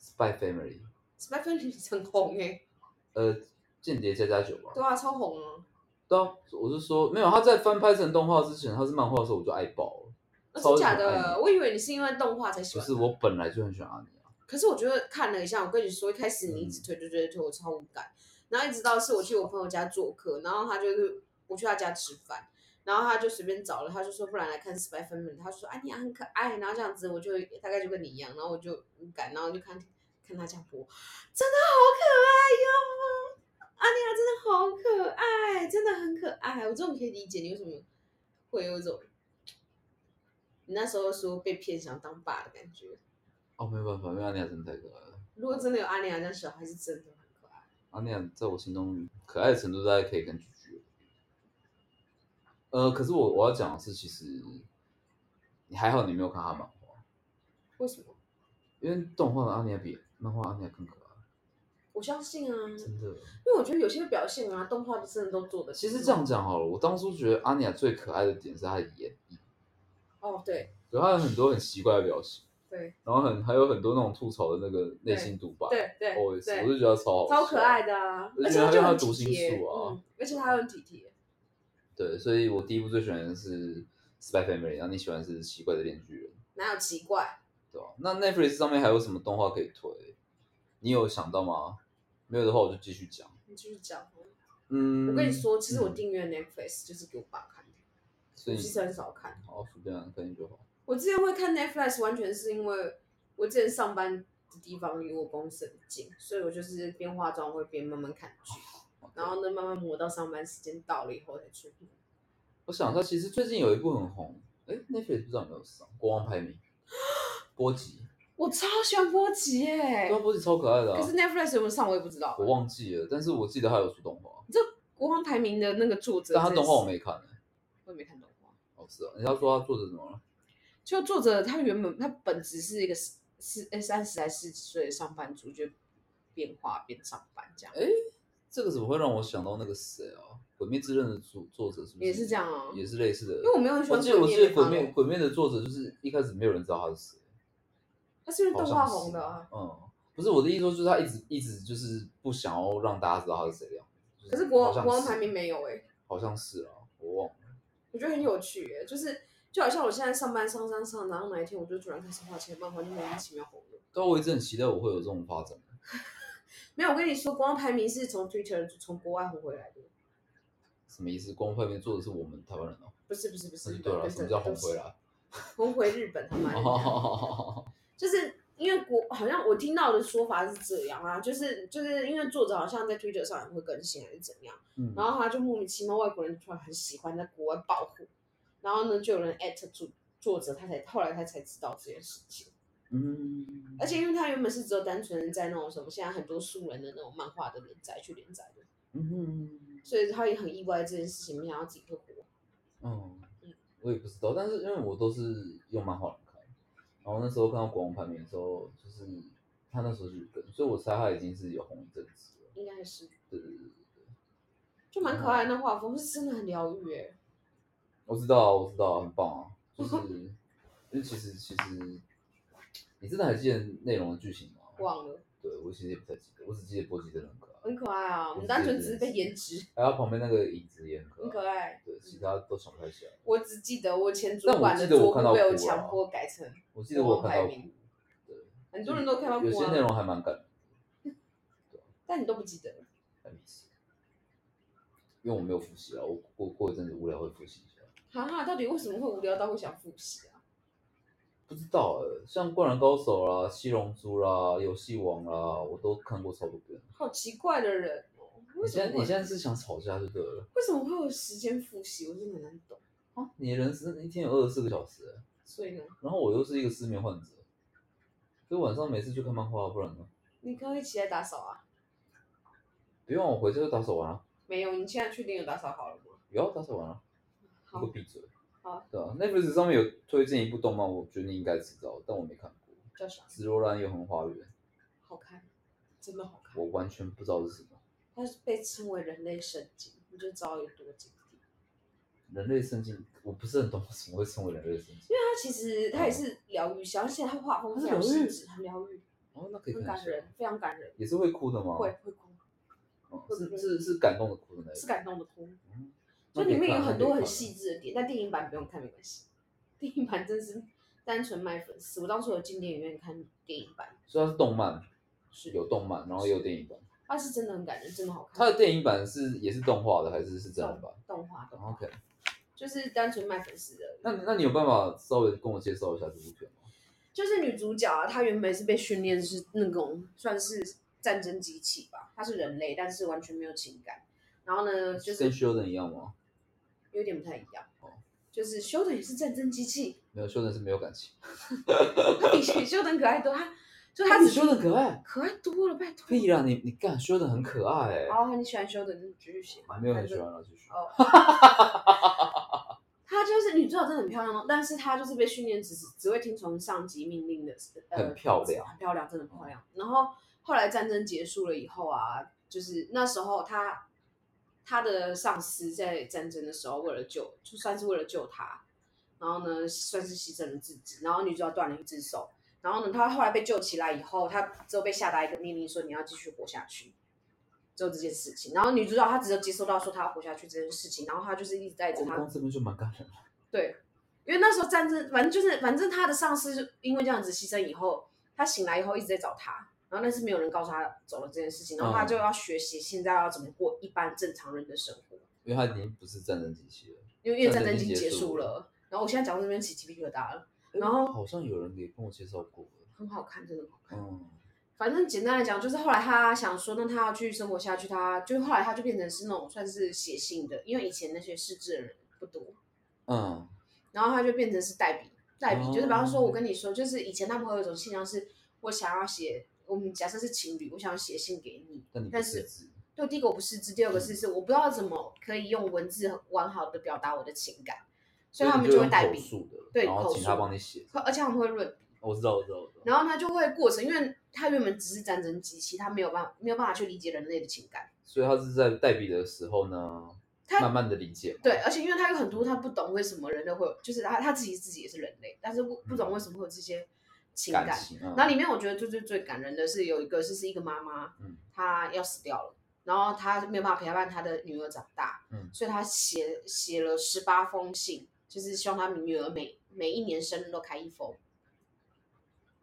《Spy Family》。 s p y f a m i l 很红哎、 *laughs* 呃，间谍加加酒吧。对啊，超红啊！对啊，我是说没有，他在翻拍成动画之前，他是漫画的时候我就爱爆了。那超是级啊假红哎哦的，我以为你是因为动画才喜不欢。是，我本来就很喜欢阿尼亚。可是我觉得看了一下，我跟你说，一开始你一直推推推推，我超无感。然后一直到是我去我朋友家做客，然后他就是我去他家吃饭，然后他就随便找了，他就说不然来看《s p y f a m i l 他就说哎你很可爱，然后这样子我就大概就跟你一样，然后我就无感，然后就看看他这样播，真的好可爱哟、阿尼亚真的好可爱，真的很可爱，我终于可以理解你为什么会有一种你那时候说被骗想当爸的感觉。哦，没有办法，因为阿尼亚真的太可爱了。如果真的有阿尼亚这样小孩，是真的很可爱。阿尼亚在我心中可爱的程度大概可以跟菊菊。呃，可是我我要讲的是，其实你还好，你没有看他漫画，为什么？因为动画的阿尼亚比漫画阿尼亚更可爱，我相信啊，因真的。为我觉得有些表现啊，动画真的都做的。其实这样讲好了，我当初觉得阿尼亚最可爱的点是她的演绎，哦，对对她有很多很奇怪的表情。对然后很还有很多那种吐槽的那个内心独白，对对我也是，我对，就觉得超好笑超可爱。的啊，而而且且他他就他很读体心贴，术啊嗯，而且他很体贴。对，所以我第一部最喜欢的是《Spy Family》，然后你喜欢的是《奇怪的恋巨人》，哪有奇怪？对吧？那 Netflix 上面还有什么动画可以推？你有想到吗？没有的话，我就继续讲。你继续讲。嗯，我跟你说，其实我嗯订阅 Netflix 就是给我爸看的，所我以其实很少看。好随便看就好。我之前会看 Netflix，完全是因为我之前上班的地方离我公司很近，所以我就是边化妆会边慢慢看剧，然后呢慢慢磨到上班时间到了以后才出门。我想一下，其实最近有一部很红，哎，Netflix 不知道有没有上《国王排名》，波吉，我超喜欢波吉耶、对啊，波吉超可爱的、啊哎可，是 Netflix 有没有上我也不知道。我忘记了，但是我记得他有出动画，国王排名的那个作者，但他动画我没看、欸，我也没看动画。哦是啊，人家说他做的怎么了？就作者他原本他本质是一个四四三十来四十岁的上班族，就边画边上班这样。哎，这个怎么会让我想到那个谁啊，《鬼灭之刃》的作作者是不是也是这样啊也是类似的，因为我没有很喜我欢记得我记得《鬼灭》《嘛，鬼灭》的作者就是一开始没有人知道他是谁，他是因为好动像画是红的啊。嗯，不是我的意思说，就是他一直一直就是不想要让大家知道他是谁的样子。可是就国好像国王是排名没有哎、好像是啊，我忘了。我觉得很有趣哎、就是就好像我现在上班上上上，然后哪一天我就突然开始画前漫画，就莫名其妙红了。对啊，我一直很期待我会有这种发展。没有，我跟你说，国王排名是从 Twitter 从国外红回来的，什么意思？光外面做的是我们台湾人哦。不是不是不是，嗯，对了，对什么叫红回？对来？不是红回日本他 *laughs* 妈的。哦，就是因为国好像我听到的说法是这样啊，就是就是因为作者好像在推特上也会更新还是怎样，嗯，然后他就莫名其妙外国人突然很喜欢在国外爆火，然后呢就有人艾特作作者，他才后来他才知道这件事情，嗯，而且因为他原本是只有单纯在那种什么现在很多素人的那种漫画的连载去连载的，嗯所以他也很意外这件事情，没想到自己会火。嗯，我也不知道，但是因为我都是用漫画来看，然后那时候看到国王排名的时候，就是他那时候就是跟，所以我猜他已经是有红一阵子了。应该是对对对对对。就蛮可爱的那画风，是真的很疗愈哎。我知道啊，我知道啊，很棒啊！就是 *laughs* 因为其实其实，你真的还记得内容的剧情吗？忘了，对我其实也不太记得，我只记得波吉真的很可爱，很可爱啊！我们单纯只是被颜值，还有旁边那个椅子也很可爱，很可爱。对，其他都想不太起来。我只记得我前主但我管的记得我桌看到布被我哭啊强迫改成，我记得我有看到国王排哭名，对，很多人都看到嗯有过些内容啊，还蛮感人但你都不记得。的，很意思。因为我没有复习啊，我过过一阵子无聊会复习一下。哈哈，到底为什么会无聊到会想复习啊？不知道哎、像《灌篮高手》啦、《七龙珠》啦、《游戏王》啦，我都看过超多遍。好奇怪的人哦，为你什现在么你会现在是想吵架就对了。为什么会有时间复习？我真的很难懂。啊，你的人生一天有二十四个小时欸，所以呢，然后我又是一个失眠患者，所以晚上每次去看漫画，不然呢？你可以一起来打扫啊。不用，我回家就打扫完了，没有，你现在确定有打扫好了吗？不要打扫完了，你好给我闭嘴。好，对啊，Netflix 上面有推荐一部动漫，我觉得你应该知道，但我没看过，叫啥？《紫罗兰永恒花园》，好看，真的好看。我完全不知道是什么，它是被称为人类圣经，你就知道有多经典。人类圣经，我不是很懂为什么会称为人类圣经。它其实它也是疗愈，而且它画风非常它是疗愈细致，很疗愈，哦，那可以很看一感下，人，非常感人。也是会哭的吗？会，会哭，哦、是是是感动的哭的那一是种。感动的哭。嗯就里面有很多很，那可以看那可以看细致的点，但电影版不用看没关系。电影版真是单纯卖粉丝。我当初有进电影院看电影版，所以它是动漫，是有动漫，然后也有电影版。它是真的很感人，真的好它看。的电影版是也是动画的，还是是真人版哦动动画动画？OK，就是单纯卖粉丝的，那那你有办法稍微跟我介绍一下这部片吗？就是女主角啊，她原本是被训练是那种算是战争机器吧，她是人类，但是完全没有情感。然后呢，呃就跟是 Sheldon 一样吗？有点不太一样哦，就是修的也是战争机器，没有，Sheldon 是没有感 *laughs* 情。她比修的可爱多，她就她比只 Sheldon 可爱，可爱多了，拜托。屁啦！你你干，Sheldon 很可爱哎，然后你喜欢修的，那你继续写。我没有很喜欢啊了，继续。哦，她就是女主角，真的很漂亮哦，但是她就是被训练只是只会听从上级命令的，呃，很漂亮嗯很漂亮，真的很漂亮。然后后来战争结束了以后啊，就是那时候她她的上司在战争的时候，为了救，就算是为了救她，然后呢，算是牺牲了自己，然后女主角断了一只手。然后呢，她后来被救起来以后，她之后被下达一个命令，说你要继续活下去，只有这件事情。然后女主角她只有接收到说她要活下去这件事情，然后她就是一直带着我她光这边就蛮感人了。对，因为那时候战争，反正就是反正他的上司就因为这样子牺牲以后，他醒来以后一直在找他，然后但是没有人告诉他走了这件事情，然后他嗯就要学习现在要怎么过一般正常人的生活，因为他已经不是战争机器了。因为因为战争已战争已经经结结束束了了。然后我现在讲到这边起鸡皮疙瘩了，然后好像有人也跟我介绍过了。很好看，真的很好看。嗯，反正简单来讲，就是后来他想说，那他要去生活下去，他就后来他就变成是那种算是写信的，因为以前那些失智的人不多，嗯，然后他就变成是代笔，代笔、哦就是比方说，我跟你说，就是以前他们会有一种现象是，我想要写，我们假设是情侣，我想要写信给你，但你不但识是字，对，第一个我不识字，第二个嗯是是我不知道怎么可以用文字很完好的表达我的情感，所以他们就就会代用口笔，述的，对然后口请他述帮你写。而且他们会润笔。哦我知道，我知道，我知道。然后他就会过程，因为他原本只是战争机器，他没有办法没有办法去理解人类的情感。所以他是在代笔的时候呢，他慢慢的理解嘛。对，而且因为他有很多他不懂为什么人类会有，就是他他自己自己也是人类，但是不不懂为什么会有这些情感。感情，嗯然后里面我觉得最最最感人的是有一个就是一个妈妈，嗯她要死掉了，然后她没有办法陪伴她的女儿长大，嗯所以她写写了十八封信，就是希望她女儿每每一年生日都开一封。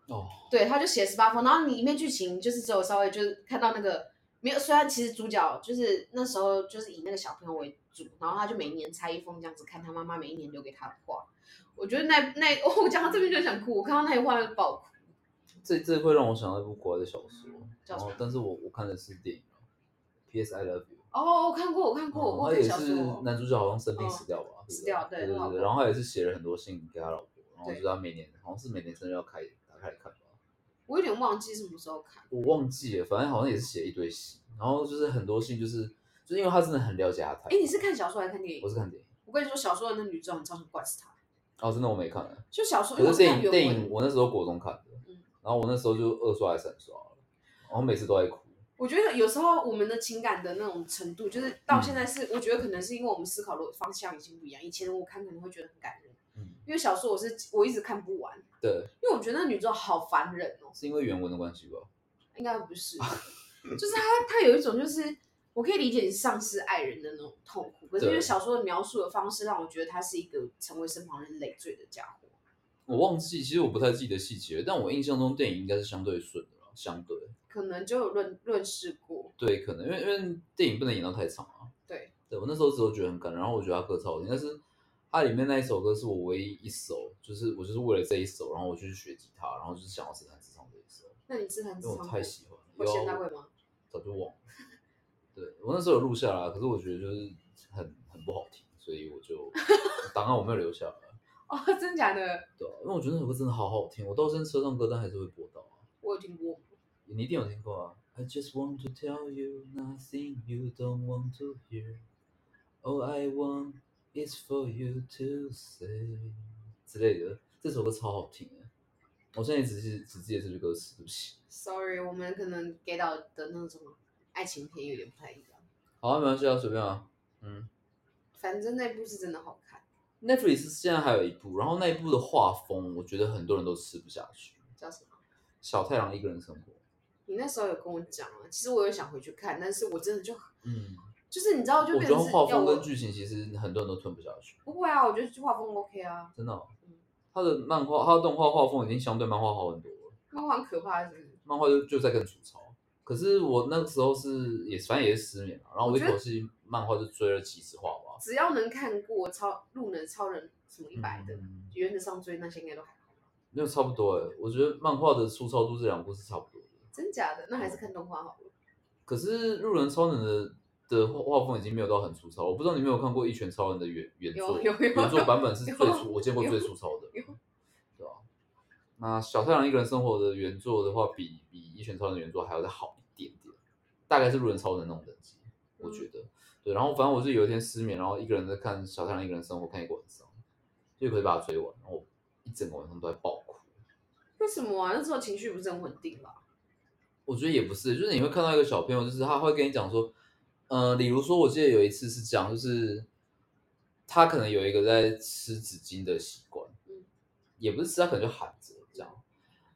哦，对，他就写十八封，然后里面剧情就是只有稍微就是看到那个没有，虽然其实主角就是那时候就是以那个小朋友为主，然后他就每年拆一封这样子，看他妈妈每一年留给他的话。我觉得那那、 *laughs* 哦我讲到这边就想哭，我看到那一话就爆哭。这这会让我想到一部国外的小说，嗯叫然什么后但是我我看的是电影，P.S. I Love You。哦，我看过，我看过，我他看也小是说。男主角好像生病嗯死掉吧？死掉对对对他老对。婆然后他也是写了很多信给他老婆，然后对就是他每年好像是每年生日要开打开来看吧，我有点忘记什么时候看。我忘记了，反正好像也是写一堆信，然后就是很多信就是就是因为他真的很了解阿泰哎，。你是看小说还是看电我影？是看电影我跟你说，小说的那女主角很超想灌死他。哦，真的我没看，就小说，因为可我是是电看影原电文影我那时候国中看的嗯，然后我那时候就二刷还是三刷了，然后每次都在哭。我觉得有时候我们的情感的那种程度，嗯就是到现在是，我觉得可能是因为我们思考的方向已经不一样。以前我看可能会觉得很感人，嗯，因为小说我是我一直看不完，对，因为我觉得那女主角好烦人哦，是因为原文的关系吧？应该不是，就是她她有一种就是我可以理解你丧失爱人的那种痛苦，可是因为对小说的描述的方式让我觉得她是一个成为身旁人累赘的家伙。我忘记，其实我不太记得细节，但我印象中电影应该是相对顺的啦，相对可能就有论论事过，对，可能因为因为电影不能演到太长啊。对，对我那时候只有觉得很感人，然后我觉得他歌超好听，但是它里面那一首歌是我唯一一首，就是我就是为了这一首，然后我就去学吉他，然后就是想要自弹自唱这一首，那你自弹因自为我唱太过喜欢了。会现有代啊会吗？我早就忘了。对我那时候有录下来，可是我觉得就是很很不好听，所以我就档案我没有留下来。哦， *laughs* 真假的，对啊、因为我觉得那首歌真的好好听，我到现在车上歌单还是会播到啊。我有听过。你一定有听过啊。I just want to tell you nothing you don't want to hear. All I want is for you to say 之类的，这首歌超好听的。我现在只是只记得这句歌词，对不起。 Sorry，我们可能给到的那种爱情片有点不太一样。好啊，没关系啊，随便啊。嗯反正那部是真的好看， ，Netflix 现在还有一部，然后那一部的画风，我觉得很多人都吃不下去。叫什么？小太郎一个人生活，你那时候有跟我讲啊，其实我有想回去看，但是我真的就嗯，就是你知哦道就我变觉得成是画要风我跟剧情其实很多人都吞不下去。不会啊，我觉得画风 OK 啊，真的、哦嗯，他的漫画，他的动画画风已经相对漫画好很多了，漫画很可怕是不是？漫画就就在更吐槽。可是我那个时候是也反正也是失眠嘛，啊然后我一口气漫画就追了几十话吧，只要能看过超路人超人什么一百的，嗯原则上追那些应该都还好吧。那差不多哎、我觉得漫画的粗糙度这两部是差不多的。真假的？那还是看动画好了。可是《路人超人的》的画画风已经没有到很粗糙，我不知道你有没有看过《一拳超人》的原原作，有有有原作版本是最粗，有我见过最粗糙的有， *laughs* 对啊。那《小太郎一个人生活》的原作的话，比比《一拳超人》的原作还要再好一点点，大概是《路人超人》那种等级，我嗯觉得。对，然后反正我是有一天失眠，然后一个人在看《小太郎一个人生活》，看一个晚上，就可以把它追完，然后我一整个晚上都在爆哭。为什么啊？那时候情绪不是很稳定吧？我觉得也不是，就是你会看到一个小朋友，就是他会跟你讲说，呃，比如说我记得有一次是讲，就是他可能有一个在吃纸巾的习惯，嗯也不是吃，他可能就喊着这样，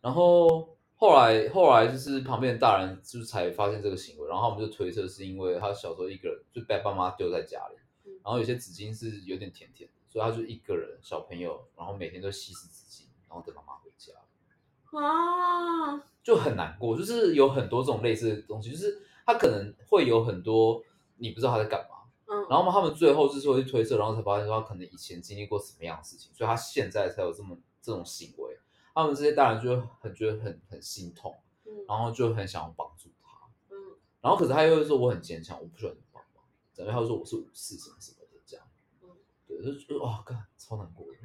然后后来后来就是旁边的大人就是才发现这个行为，然后我们就推测是因为他小时候一个人就被爸妈丢在家里，嗯然后有些纸巾是有点甜甜的，所以他就一个人小朋友，然后每天都吸食纸巾，然后等妈妈回家。啊，就很难过，就是有很多这种类似的东西，就是他可能会有很多你不知道他在干嘛，嗯，然后嘛，他们最后就是会去推测，然后才发现说他可能以前经历过什么样的事情，所以他现在才有这么这种行为。他们这些大人就会很觉得很很心痛，嗯然后就很想要帮助他，嗯然后可是他又会说我很坚强，我不喜欢你帮忙，然后他又说我是武士什么什么的这样嗯，对，就觉得哇，干超难过的，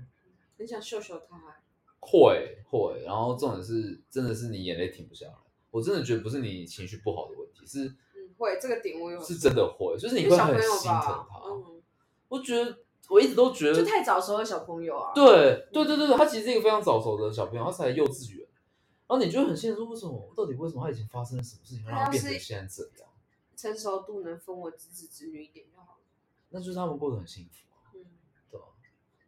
很想秀秀他，会会，然后重点是真的是你眼泪停不下来，我真的觉得不是你情绪不好的问题，是嗯，会这个点我有，是真的会，就是你因会为小朋很友心疼吧他，，嗯，我觉得我一直都觉得就太早熟的小朋友啊，，对对对对对，他其实是一个非常早熟的小朋友，他才幼稚园，然后你就会很现实说，为什么到底为什么他以前发生了什么事情，让他他要变啊是成现在这样？成熟度能分我侄子侄女一点就好了，那就是他们过得很幸福啊，嗯对吧？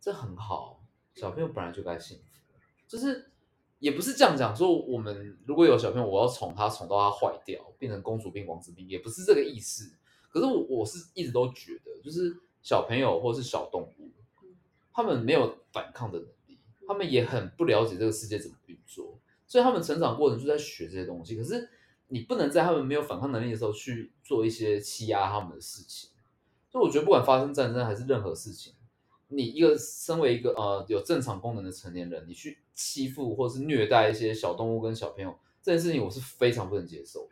这很好，小朋友本来就该幸福，就是也不是这样讲，说我们如果有小朋友，我要宠他宠到他坏掉，变成公主病、王子病，也不是这个意思。可是我我是一直都觉得，就是小朋友或是小动物嗯，他们没有反抗的能力，他们也很不了解这个世界怎么运作，所以他们成长过程就在学这些东西。可是你不能在他们没有反抗能力的时候去做一些欺压他们的事情。所以我觉得，不管发生战争还是任何事情，你一个身为一个呃有正常功能的成年人，你去欺负或是虐待一些小动物跟小朋友这件事情，我是非常不能接受的。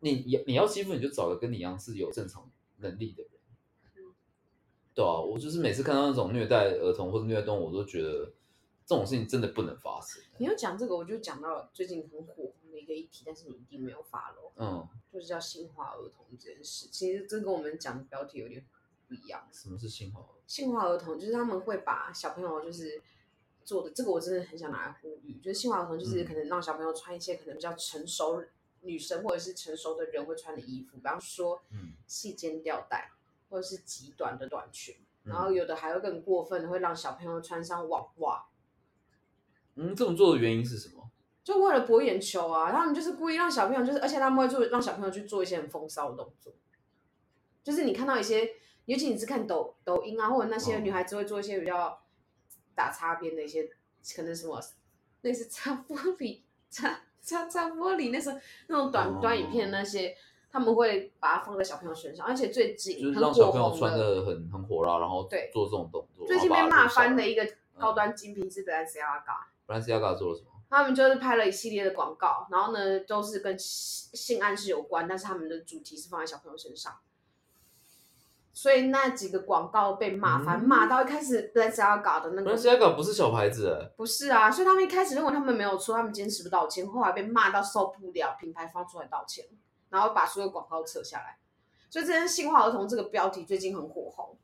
你你你要欺负，你就找个跟你一样是有正常能力的人嗯。对啊，我就是每次看到那种虐待儿童或者虐待动物，我都觉得这种事情真的不能发生。你要讲这个，我就讲到最近很火红的一个议题，但是你一定没有发喽，嗯，就是叫性化儿童这件事，其实这跟我们讲的标题有点不一样。什么是幸好？性化儿童，就是他们会把小朋友就是做的这个，我真的很想拿来呼吁，就是性化儿童就是嗯可能让小朋友穿一些可能比较成熟女生或者是成熟的人会穿的衣服，比方说嗯细肩吊带或者是极短的短裙，嗯然后有的还会更过分的会让小朋友穿上网袜，嗯，这么做的原因是什么？就为了博眼球啊，他们就是故意让小朋友就是，而且他们会做让小朋友去做一些很风骚的动作，就是你看到一些，尤其你是看抖抖音啊，或者那些哦女孩子会做一些比较打擦边的一些，可能什么类似擦玻璃、擦擦擦玻璃那时候那种短、哦短影片那些，他们会把它放在小朋友身上，而且最近就是很让火小朋友红穿的很很火辣，然后对做这种动作。最近被然后把它骂录下来嗯翻的一个高端精品是 Balenciaga。 Balenciaga 做了什么？他们就是拍了一系列的广告，然后呢都是跟性性暗示有关，但是他们的主题是放在小朋友身上，所以那几个广告被骂翻，嗯骂到一开始 Balenciaga 的那个 Balenciaga 不是小牌子欸，不是啊，所以他们一开始认为他们没有错，他们坚持不道歉，后来被骂到受不了，品牌方出来道歉，然后把所有广告撤下来。所以这件“性化儿童”这个标题最近很火红，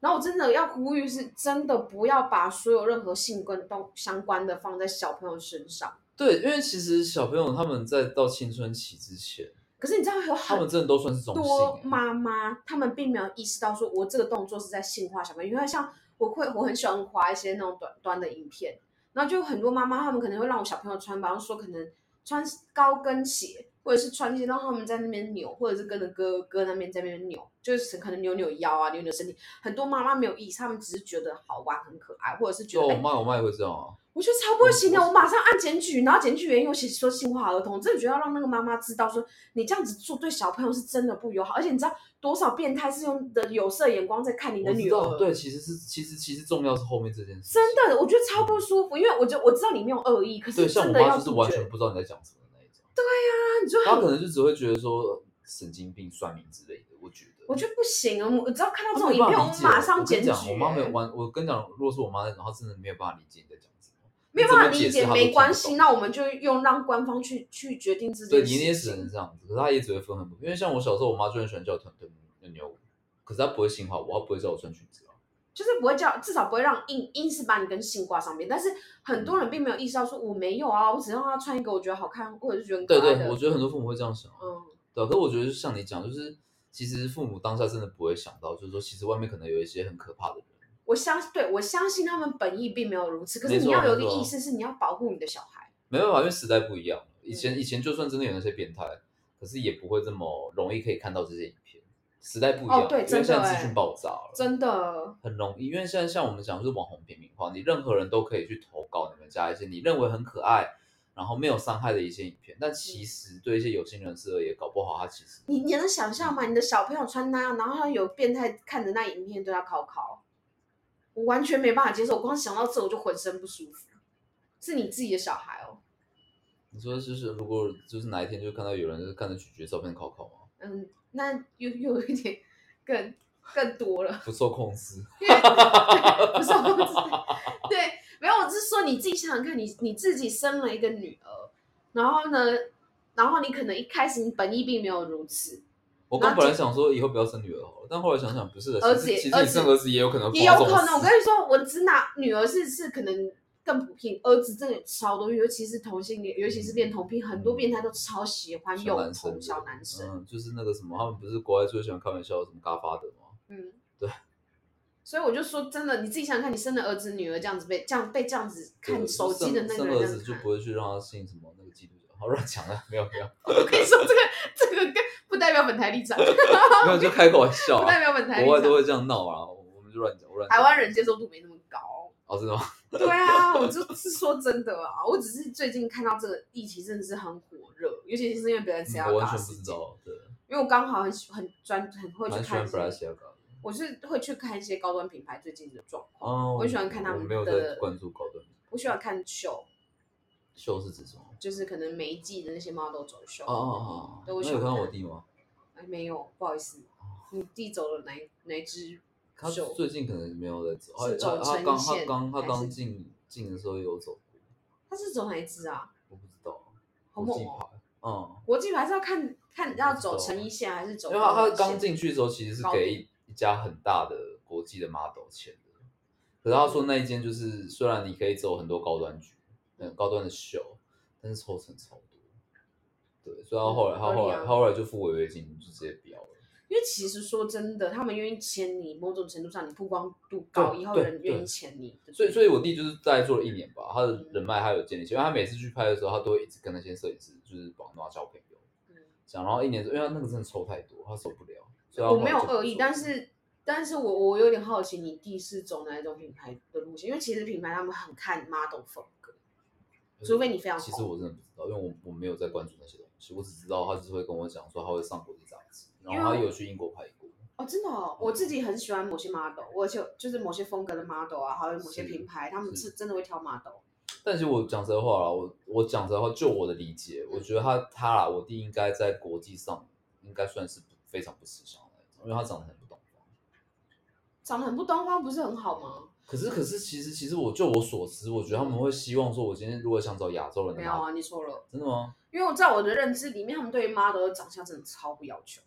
然后我真的要呼吁是，真的不要把所有任何性跟动相关的放在小朋友身上。对，因为其实小朋友他们在到青春期之前，可是你知道有他们很真的都算是中多性欸。妈妈，她们并没有意识到说我这个动作是在性化小朋友，因为像我会我很喜欢滑一些那种短短的影片，然后就有很多妈妈她们可能会让我小朋友穿，比方说可能穿高跟鞋，或者是穿一些让他们在那边扭，或者是跟着哥哥那边在那边扭，就是可能扭扭腰啊，扭扭身体。很多妈妈没有意识，她们只是觉得好玩很可爱，或者是觉就得、我哎妈我妈也会这样啊，我觉得超不行的，我马上按检举，然后检举原因我写说性化儿童，真的觉得要让那个妈妈知道说，你这样子做对小朋友是真的不友好，而且你知道多少变态是用的有色眼光在看你的我知女道，儿，对，其实是其实其实重要是后面这件事。真，的，我觉得超不舒服，因为我就我知道你没有恶意，可对，是像真我的妈要就是杜完绝全，不知道你在讲什么的那一种，那你就她可能就只会觉得说神经病、算命之类的。我觉得，我觉得不行啊，我只要看到这种她没影办片，法理解马上跟检你举、讲，我妈没有欸完，我跟你讲，如果是我妈那种，她真的没有办法理解你在讲什么，没有你怎办法么理解释解，她都没听关不系，懂那我们就用让官方去去决定这对，件你也事只能情。这样子。可是他也只会分很多，因为像我小时候，我妈就很喜欢叫我穿短的牛舞，可是她不会性化我，她不会叫我穿裙子啊。就是不会叫，至少不会让硬硬是把你跟性挂上边。但是很多人并没有意识到说我没有啊，我只让他穿一个我觉得好看或者是觉得很可对爱的。对，我觉得很多父母会这样想啊。嗯，对啊，可是我觉得就像你讲，就是其实父母当下真的不会想到，就是说其实外面可能有一些很可怕的人。我相对我相信他们本意并没有如此，可是没错你要有一个没错意识是你要保护你的小孩。没办法，因为时代不一样了。以前以前就算真的有那些变态，可是也不会这么容易可以看到这些影片。时代不一样，哦对因真为的现在欸资讯爆炸了，真的，很容易，因为现在像我们讲就是网红平民化，你任何人都可以去投稿你们家一些你认为很可爱，然后没有伤害的一些影片，但其实对一些有心人士而言，搞不好他其实你你能想象吗？你的小朋友穿那样，然后他有变态看着那影片对他考考，我完全没办法接受。我光想到这我就浑身不舒服。是你自己的小孩哦，你说就是如果就是哪一天就看到有人就是看着咀嚼照片考考吗？嗯，那又又有一点更更多了，不受控制，因为 *laughs* 对不是我自己对，没有，我是说你自己想想看，你你自己生了一个女儿，然后呢，然后你可能一开始你本意并没有如此，我刚本来想说以后不要生女儿好了，但后来想想不是的，儿其子实其儿实你子生儿子也有可能也有碰到这种可能。我事跟你说，我只拿女儿是是可能更普遍，儿子真的有超多，尤其是同性恋，尤其是恋童癖，很多变态都超喜欢嗯小幼男童生小男生。嗯，就是那个什么，他们不是国外最喜欢开玩笑什么嘎发的吗？嗯，对。所以我就说，真的，你自己想想看，你生了儿子、女儿这样子被这样被这样子对看就手机的生那个生儿人子这就样看，不会去让他信什么那个基督教，好乱讲了，没有没有，我跟你说，这个这个跟不代表本台立 *laughs* 场，没有就开个玩笑、不代啊，表本台立国外都场。会这样闹啊，我们就乱讲，我乱讲。台湾人接受度没那么 *laughs* 高。哦，真的吗？对啊，我就是说真的啊，我只是最近看到这个议题真的是很火热，尤其是因为别人谁嗯我要完打全不事知件，道，对，因为我刚好很喜很专很会去蛮喜欢看一布些，拉西亚嘎的。我是会去看一些高端品牌最近的状况，哦，我喜欢看他我们没有在的关注高端我喜欢看秀，秀是指什么？就是可能每一季的那些 model 走秀。哦哦哦，对那我喜有欢看到我看弟吗？哎，没有，不好意思，你弟走了哪一哪一支哦他秀？最近可能没有在走，他是走他他成刚他线刚他还刚是进进的时候有走过，他是走哪一支啊？我不知道，好国际猛哦牌，嗯，国际牌是要看看要我走不知道成一线还是走因为他高端他刚线进去的时候其实是高给定一一家很大的国际的 model 签的，可是他嗯说那一间就是虽然你可以走很多高端剧，嗯，高端的秀，但是抽成超多，对，所以他后来他合理后来啊他后来就付违约金就直接标了，因为其实说真的，他们愿意签你，某种程度上你曝光度高，对以后对人愿对意签你。对不嗯所以对所以我弟就是大概做了一年吧，他的人脉他有建立起来，因为他每次去拍的时候，他都会一直跟那些摄影师就是绑拉交朋友。嗯讲，然后一年之后，因为他那个真的抽太多，他受不了。所以他我没有后来就不恶意，做但是但是我我有点好奇，你弟是走哪一种品牌的路线？因为其实品牌他们很看 model 风格，除非你非常其实红我真的不知道，因为我我没有在关注那些东西，我只知道他就是会跟我讲说他会上国际杂志，然后因他为有去英国拍过。哦，真的哦，我自己很喜欢某些 model，我就就是某些风格的 model 啊，还有某些是品牌，他们是是真的会挑 model。但其实我讲实话啦，我我讲实话，就我的理解，我觉得他他啦，我弟应该在国际上应该算是不非常不吃香的那种，因为他长得很不懂。长得很不东方，不是很好吗？可是，可是，其实，其实我就我所知，我觉得他们会希望说，我今天如果想找亚洲人的没话，有啊，你错了，真的吗？因为我在我的认知里面，他们对于 model 的长相真的超不要求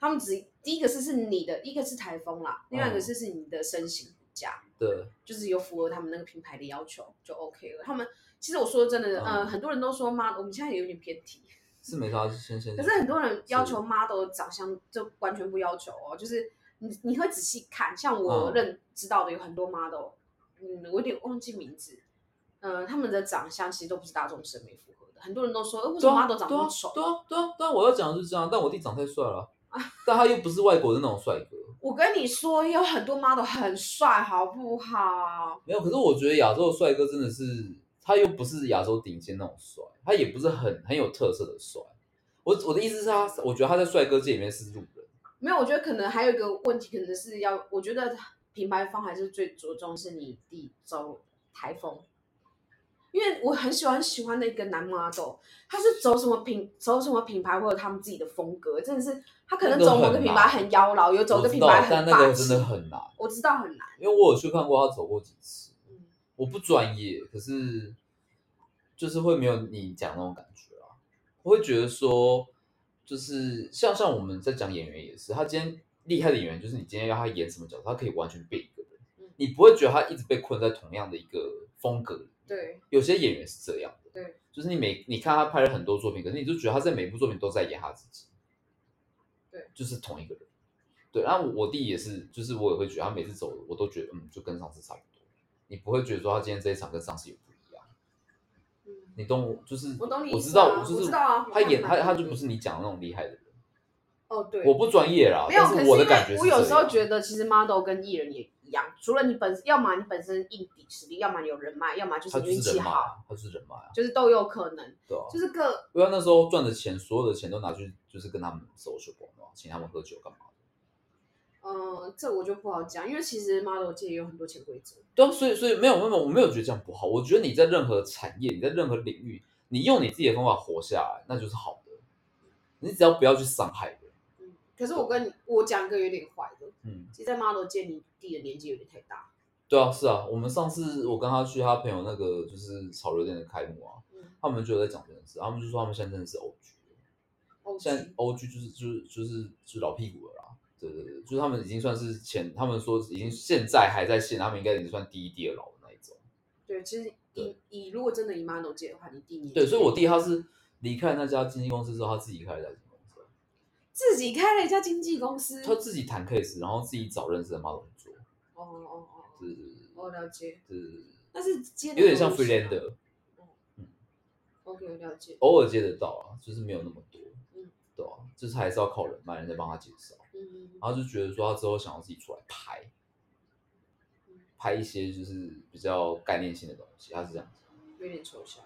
他们只第一个是是你的，一个是台风啦，另嗯外一个是是你的身形骨架，对，就是有符合他们那个品牌的要求就 OK 了。他们其实我说真的，嗯呃，很多人都说 model，我们现在也有点偏题，是没啥先先。啊可是很多人要是求 model 的长相就完全不要求哦，就是你你会仔细看，像我嗯认知道的有很多 model，嗯，我有点忘记名字，嗯、他们的长相其实都不是大众审美符合的，很多人都说，呃、为什对么啊， model 长那对啊么丑？对啊，对啊，对啊！我要讲的就是这样，但我弟长太帅了，啊但他又不是外国的那种帅哥，我跟你说，有很多 model 很帅，好不好？没有。可是我觉得亚洲的帅哥真的是，他又不是亚洲顶尖那种帅，他也不是很很有特色的帅。我我的意思是他，我觉得他在帅哥界里面是路人。没有，我觉得可能还有一个问题，可能是要，我觉得品牌方还是最着重是你弟走台风，因为我很喜欢喜欢的一个男 model，他是走什么品走什么品牌或者他们自己的风格，真的是他可能那个走很某个品牌难很妖娆，有走我个知品道牌但很那霸个真气，的很难，我知道很难，因为我有去看过他走过几次嗯，我不专业，可是就是会没有你讲那种感觉啊。我会觉得说，就是像像我们在讲演员也是，他今天厉害的演员，就是你今天要他演什么角色，他可以完全变一个嗯人，你不会觉得他一直被困在同样的一个风格里。对有些演员是这样的，对，就是你每你看他拍了很多作品，可是你就觉得他在每部作品都在演他自己，对，就是同一个人。对，然后我我弟也是，就是我也会觉得他每次走，我都觉得嗯，就跟上次差不多。你不会觉得说他今天这一场跟上次有不一样，嗯你懂我？就是我懂你我意知思道，啊就我是知道啊他演我他懂你他意思就不是你讲的那种厉害的人，哦对我不专业啦，没有，但可是是因的感为觉我有时候得觉得，其实 model 跟艺人也一样，除了你本身，要么你本身硬底实力，要么你有人脉，要么就他是就运是气人脉好，啊，他就是人脉啊，就是都有可能。对啊，就是各因为他那时候赚的钱，所有的钱都拿去就是跟他们 social 广告，请他们喝酒干嘛的。呃，这我就不好讲，因为其实 model 界也有很多潜规则。对啊，所以所以没有没有，我没有觉得这样不好。我觉得你在任何产业，你在任何领域，你用你自己的方法活下来，那就是好的。你只要不要去伤害人，嗯可是我跟你我讲一个有点坏的，嗯，其实在 model 界你弟的年纪有点太大，对啊，是啊。我们上次我跟他去他朋友那个就是潮流店的开幕啊，嗯他们就有在讲这件事，他们就说他们现在真的是 O G， ，OG 现在 O G 就是就是就是就是老屁股了啦。对对对，就是他们已经算是前，他们说已经现在还在线，他们应该已经算第一、第二老的那一种。对，其实以以如果真的以 model 界的话，你弟年纪对，所以我弟他是离开那家经纪公司之后，他自己开了一家经纪公司，自己开了一家经纪公司，他哦自己谈 case，然后自己找认识的 model 去做，哦哦哦，就是我了解，就是但是接有点像 freelander， OK，我了解，偶尔接得到啊，就是没有那么多，嗯对啊，就是还是要靠人脉，人家帮他介绍，嗯，然后就觉得说他之后想要自己出来拍嗯，拍一些就是比较概念性的东西，他是这样子，有点抽象。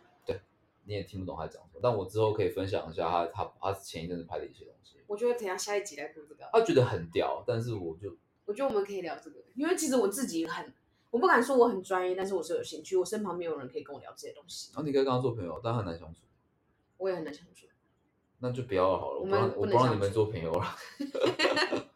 你也听不懂他在讲什么，但我之后可以分享一下他他他前一阵子拍的一些东西，我觉得等一下下一集来录这个，他觉得很屌，但是我就我觉得我们可以聊这个，因为其实我自己很，我不敢说我很专业，但是我是有兴趣，我身旁没有人可以跟我聊这些东西然，后你可以跟他做朋友，但很难相处。我也很难相处。那就不要了好了，我我不们让不我能不让相你们处做 *laughs* 朋友了。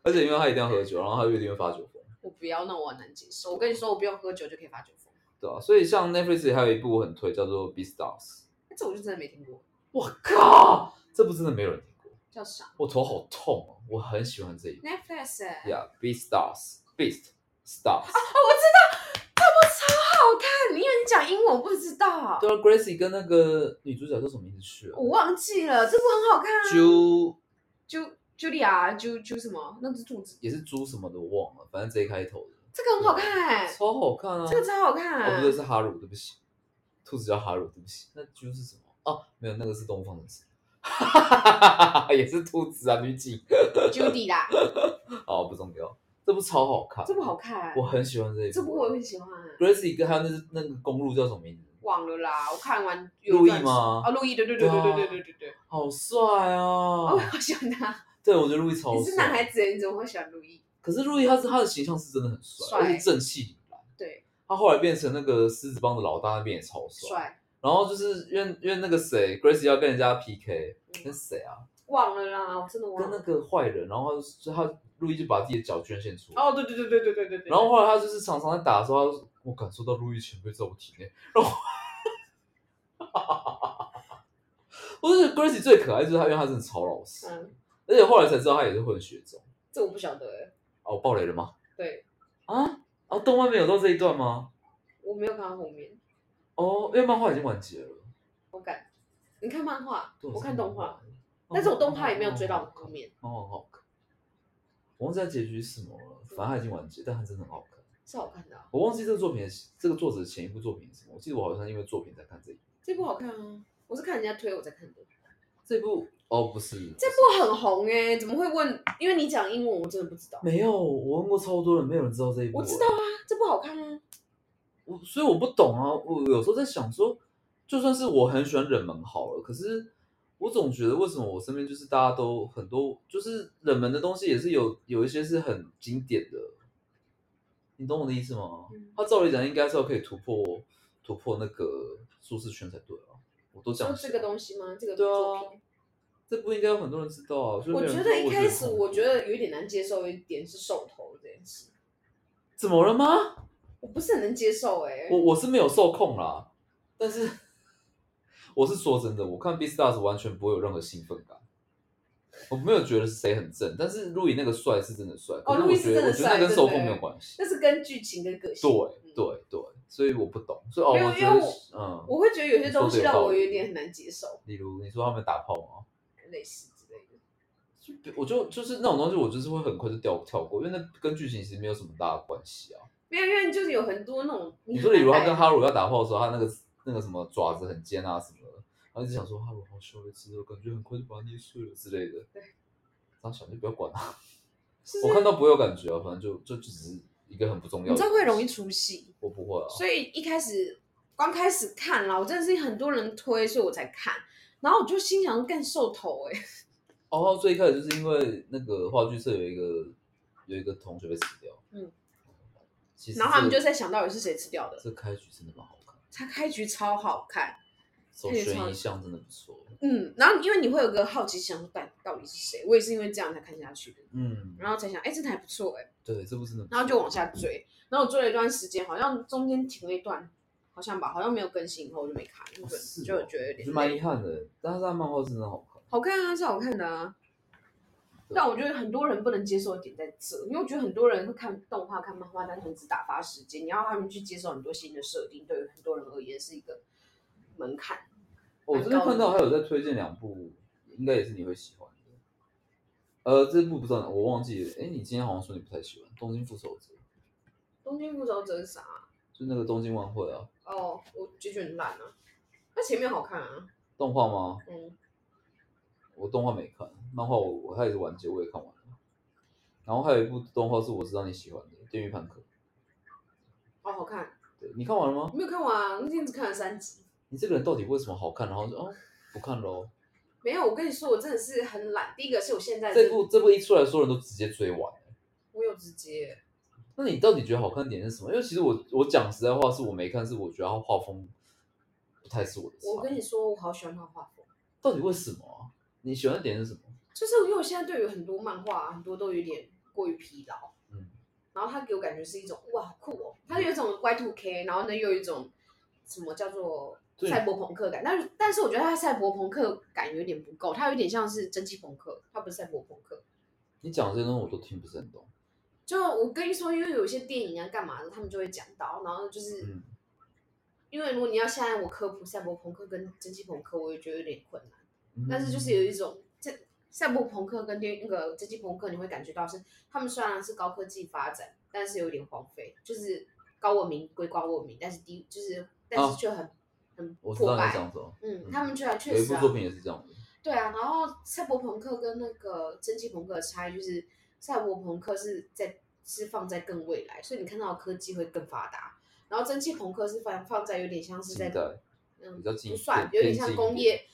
而且因为他一定要喝酒，然后他就一定会发酒疯，我不要，那我很难接受。我跟你说，我不用喝酒就可以发酒疯，对啊，所以像 Netflix 还有一部我很推，叫做《b e a s t a r s 哎这我就真的没听过，我靠，这部真的没有人听过，叫啥我头好痛哦，我很喜欢这一部。 ？Netflix，哎、 Yeah, b e a s t a r s Beast *laughs* Stars。好看，因为啊你讲英文我不知道，对啊，Gracie 跟那个女主角叫什么名字去了我忘记了，这部很好看啊。 ？Ju 就 Julia 就就什么那只兔子，也是猪什么的，我忘了，反正 J 开头的，这个很好看哎、超好看啊。这个超好看、哦，不对，是哈鲁，对不起，兔子叫哈鲁，对不起，那猪是什么？哦，没有，那个是东方的神， *laughs* 也是兔子啊，女警。 Judy 啦，哦，不重要，这部超好看，这部好看，我很喜欢这一部。这部我也很喜欢、 Gracie 跟还有那只那个公路叫什么名字？忘了啦，我看完有路一易段时吗啊，？路易，对对对对对对对对对，好帅啊！哦，我好喜欢他。对，我觉得路易超帅。你是男孩子，你怎么会喜欢路易？可是路易他是他的形象是真的很帅，帅而且正气凛然。对，他后来变成那个狮子帮的老大，那边也超帅。帅，然后就是因为因为那个谁，Gracie 要跟人家 PK，嗯跟谁啊？忘了啦，我真的跟忘那了。个坏人，然后他就他路易就把自己的脚捐献出来。哦，对对对对对对对对。然后后来他就是常常在打的时候，他就我感受到路易前辈在我体内，然后我，我是 Gracie 最可爱就是他，因为他真的超老实，嗯，而且后来才知道他也是混血种。这我不晓得欸，哦，爆雷了吗？对啊，哦，动漫没有到这一段吗？我没有看到后面。哦，因为漫画已经完结了。你看漫画，对我看动画，，是但是我动画也没有追到后哦，面，哦好看。我忘记它结局是什么了，反正它已经完结，但它真的很好看。是好看的啊。我忘记这个作品的这个作者前一部作品是什么，我记得我好像因为作品在看这一部。这部好看啊，我是看人家推我才看的。这部哦不是，这部很红哎、怎么会问？因为你讲英文，我真的不知道。没有，我问过超多人，没有人知道这一部。欸我知道，啊，这部好看啊。我所以我不懂啊。我有时候在想说，就算是我很喜欢冷门好了，可是我总觉得为什么我身边就是大家都很多，就是冷门的东西也是有有一些是很经典的，你懂我的意思吗？嗯他照理讲应该是要可以突破突破那个舒适圈才对啊。我都讲说这个东西吗？这个对作啊品，，这部应该有很多人知道啊。就是没我有人觉知道得一开始我觉得很酷得有点难接受，一点是手头这件事，怎么了吗？我不是很能接受哎、我我是没有受控啦，但是我是说真的，我看 B Stars 完全不会有任何兴奋感。我没有觉得谁很正，但是路易那个帅是真的帅，可是哦路我易是觉真得、的欸我觉得那帅跟对受不控没有对关系。那是跟剧情跟个性。对嗯对对，所以我不懂，所以哦，没有我觉因为得我嗯，我会觉得有些东西让我你说得有道理有点很难接受，例如你说他们打炮吗？类似之类的。我就就是那种东西，我就是会很快就跳跳过，因为那跟剧情其实没有什么大的关系啊。没有，因为就是有很多那种你你哎说很例如他难带跟哈鲁要打炮的时候，他那个那个什么爪子很尖啊什么的，然后一直想说哈鲁好羞耻哦，感觉很快就把他捏碎了之类的。对，然后想就不要管他，就是我看到不会有感觉啊，反正就就就只是一个很不重要的。你知道会容易，出戏，我不会啊。所以一开始刚开始看啦，我真的是很多人推，所以我才看，然后我就心想干瘦头哎、哦，最一开始就是因为那个话剧社有一个有一个同学被死掉，嗯，其实然后他们这就个在想到底是谁吃掉的，这开局真的蛮好看的。他开局超好看，走也悬超疑向真的不错。嗯，然后因为你会有个好奇心，想说到底到底是谁？我也是因为这样才看下去的，嗯，然后才想，哎，这台还不错哎、对，这部真的不错，然后就往下追，然后我追了一段时间，好像中间停了一段，好像吧，好像没有更新，以后我就没看，就、哦是就哦觉得有我觉得点蛮累遗憾的，但是他漫画真的好看。好看啊，是好看的啊。但我觉得很多人不能接受的点在这，因为我觉得很多人会看动画、看漫画，单纯只打发时间，你要他们去接受很多新的设定，对于很多人而言是一个门槛。我这边看到还有在推荐两部，应该也是你会喜欢的。呃，这部不知道哪我忘记了。哎，你今天好像说你不太喜欢《东京复仇者》，东京复仇者是啥？就那个东京万会啊，哦，我就觉得很烂啊。那前面好看啊，动画吗？嗯，我动画没看，漫画我我开始完结，我也看完了。然后还有一部动画是我知道你喜欢的，《电狱判客》。哦，好看，对你看完了吗？没有看完啊，那天只看了三集。你这个人到底为什么好看？然后就哦，不看喽。没有，我跟你说，我真的是很懒。第一个是我现在这是部这部一出来，所有人都直接追完了。我有直接，那你到底觉得好看的点是什么？因为其实我我讲实在话，是我没看，是我觉得他画风不太是我的我菜。跟你说，我好喜欢他的画风，到底为什么啊、你喜欢的点是什么？就是因为我现在对于很多漫画、啊、很多都有点过于疲劳，嗯，然后他给我感觉是一种哇好酷哦，他有一种 Y two K，然后呢又有一种什么叫做对赛博朋克感，但是但是我觉得他赛博朋克感有点不够，他有点像是蒸汽朋克，他不是赛博朋克。你讲的这些东西我都听不是很懂。就我跟你说，因为有一些电影啊干嘛的，他们就会讲到，然后就是。嗯，因为如果你要现在我科普赛博朋克跟蒸汽朋克，我也觉得有点困难。嗯但是就是有一种这赛博朋克跟电那个蒸汽朋克，你会感觉到是他们虽然是高科技发展，但是有点荒废，就是高文明归高文明，但是低就是但是却很、很哦我知破道你在败。讲什么，嗯，嗯他们居然有确一实、部啊、作品也是这样的。对啊，然后赛博朋克跟那个蒸汽朋克的差异就是，赛博朋克是在是放在更未来，所以你看到的科技会更发达，然后蒸汽朋克是放放在有点像是在近代嗯比较近不算，偏有点偏像近工一业点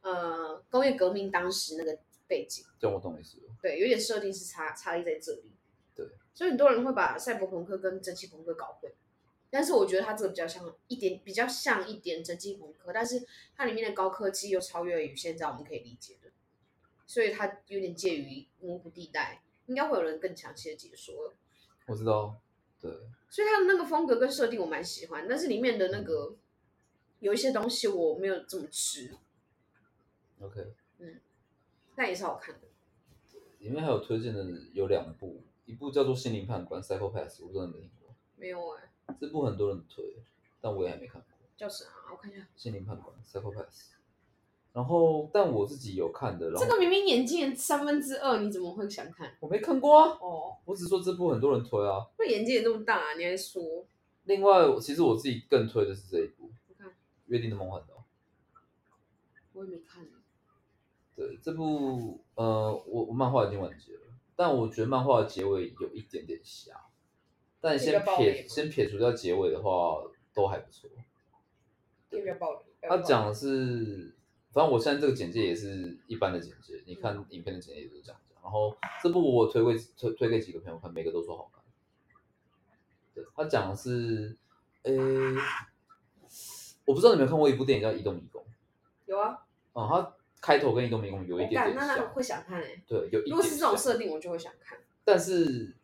呃工业革命当时那个背景，这样我懂意思了。对，有点设定是差差异在这里。对，所以很多人会把赛博朋克跟蒸汽朋克搞混，但是我觉得它这个比较像一点，比较像一点蒸汽朋克，但是它里面的高科技又超越于现在我们可以理解的，所以它有点介于模糊地带，应该会有人更详细的解说了。我知道，对，所以它的那个风格跟设定我蛮喜欢，但是里面的那个有一些东西我没有这么吃， OK。但也是好看的。里面还有推荐的有两部，一部叫做《心灵判官》（Psychopath），我不知道你有没有听过，没有哎、这部很多人推，但我也还没看过。叫啥？我看一下，心灵判官 （Psychopath）。然后，但我自己有看的，然后这个明明眼界三分之二，你怎么会想看？我没看过啊，哦，我只说这部很多人推啊。那眼界也这么大、你还说？另外，我其实我自己更推的是这一部我看《约定的梦幻岛》。我也没看。对，这部呃，我我漫画已经完结了，但我觉得漫画的结尾有一点点瞎。但比较先暴力撇吗先撇除掉结尾的话，都还不错。要不要暴力？他讲的是，反正我现在这个简介也是一般的简介，你看嗯影片的简介也都是这样讲。然后这部我推给推推给几个朋友看，每个都说好看。对，他讲的是，诶，我不知道你有没有看过一部电影叫《移动迷宫》有啊，啊、嗯，它开头跟《移动迷宫》有一我点敢，点那那个像，会想看哎、对，有一如果是点这种像设定，我就会想看。但是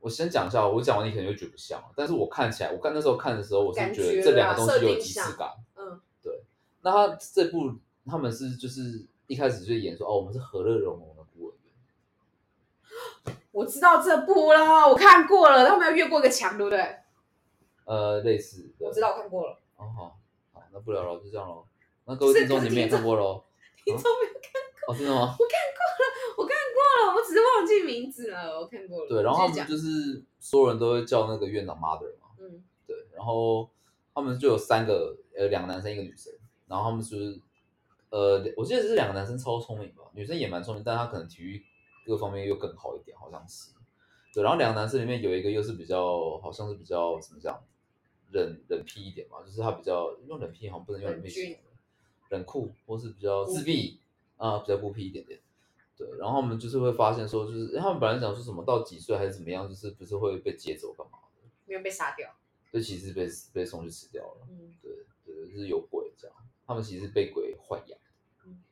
我先讲一下，哦我讲完你可能就觉得不像，但是我看起来，我看那时候看的时候，我是感觉觉得这两啦个东设西有定即视像感。嗯，对。那他这部他们是就是一开始就演说哦，我们是和乐融融的孤儿院，我知道这部了，我看过了，他们要越过一个墙，对不对？呃，类似的。我知。道，我看过了。哦，好，好，那不聊了，就这样喽。那各位是听众，不你是们也听众看过喽？听众没有看，哦，真的吗？我看过了，我只是忘记名字 *laughs* 了。我看过了。对，然后他你继们续就是所有人都会叫那个院长 mother 嘛。讲嗯，对，然后他们就有三个，呃，两个男生一个女生，然后他们就是，呃，我记得是两个男生超聪明吧，女生也蛮聪明，但她可能体育各方面又更好一点，好像是。对，然后两个男生里面有一个又是比较，好像是比较怎么讲，冷冷僻一点嘛，就是他比较用冷僻好像不能用冷僻冷形峻容，冷酷或是比较自闭啊、比较孤僻一点点。对，然后我们就是会发现说，就是他们本来想说什么到几岁还是怎么样，就是不是会被接走干嘛的，没有被杀掉。就其实被被送去吃掉了。嗯，对，就是有鬼这样。他们其实是被鬼豢养的嗯。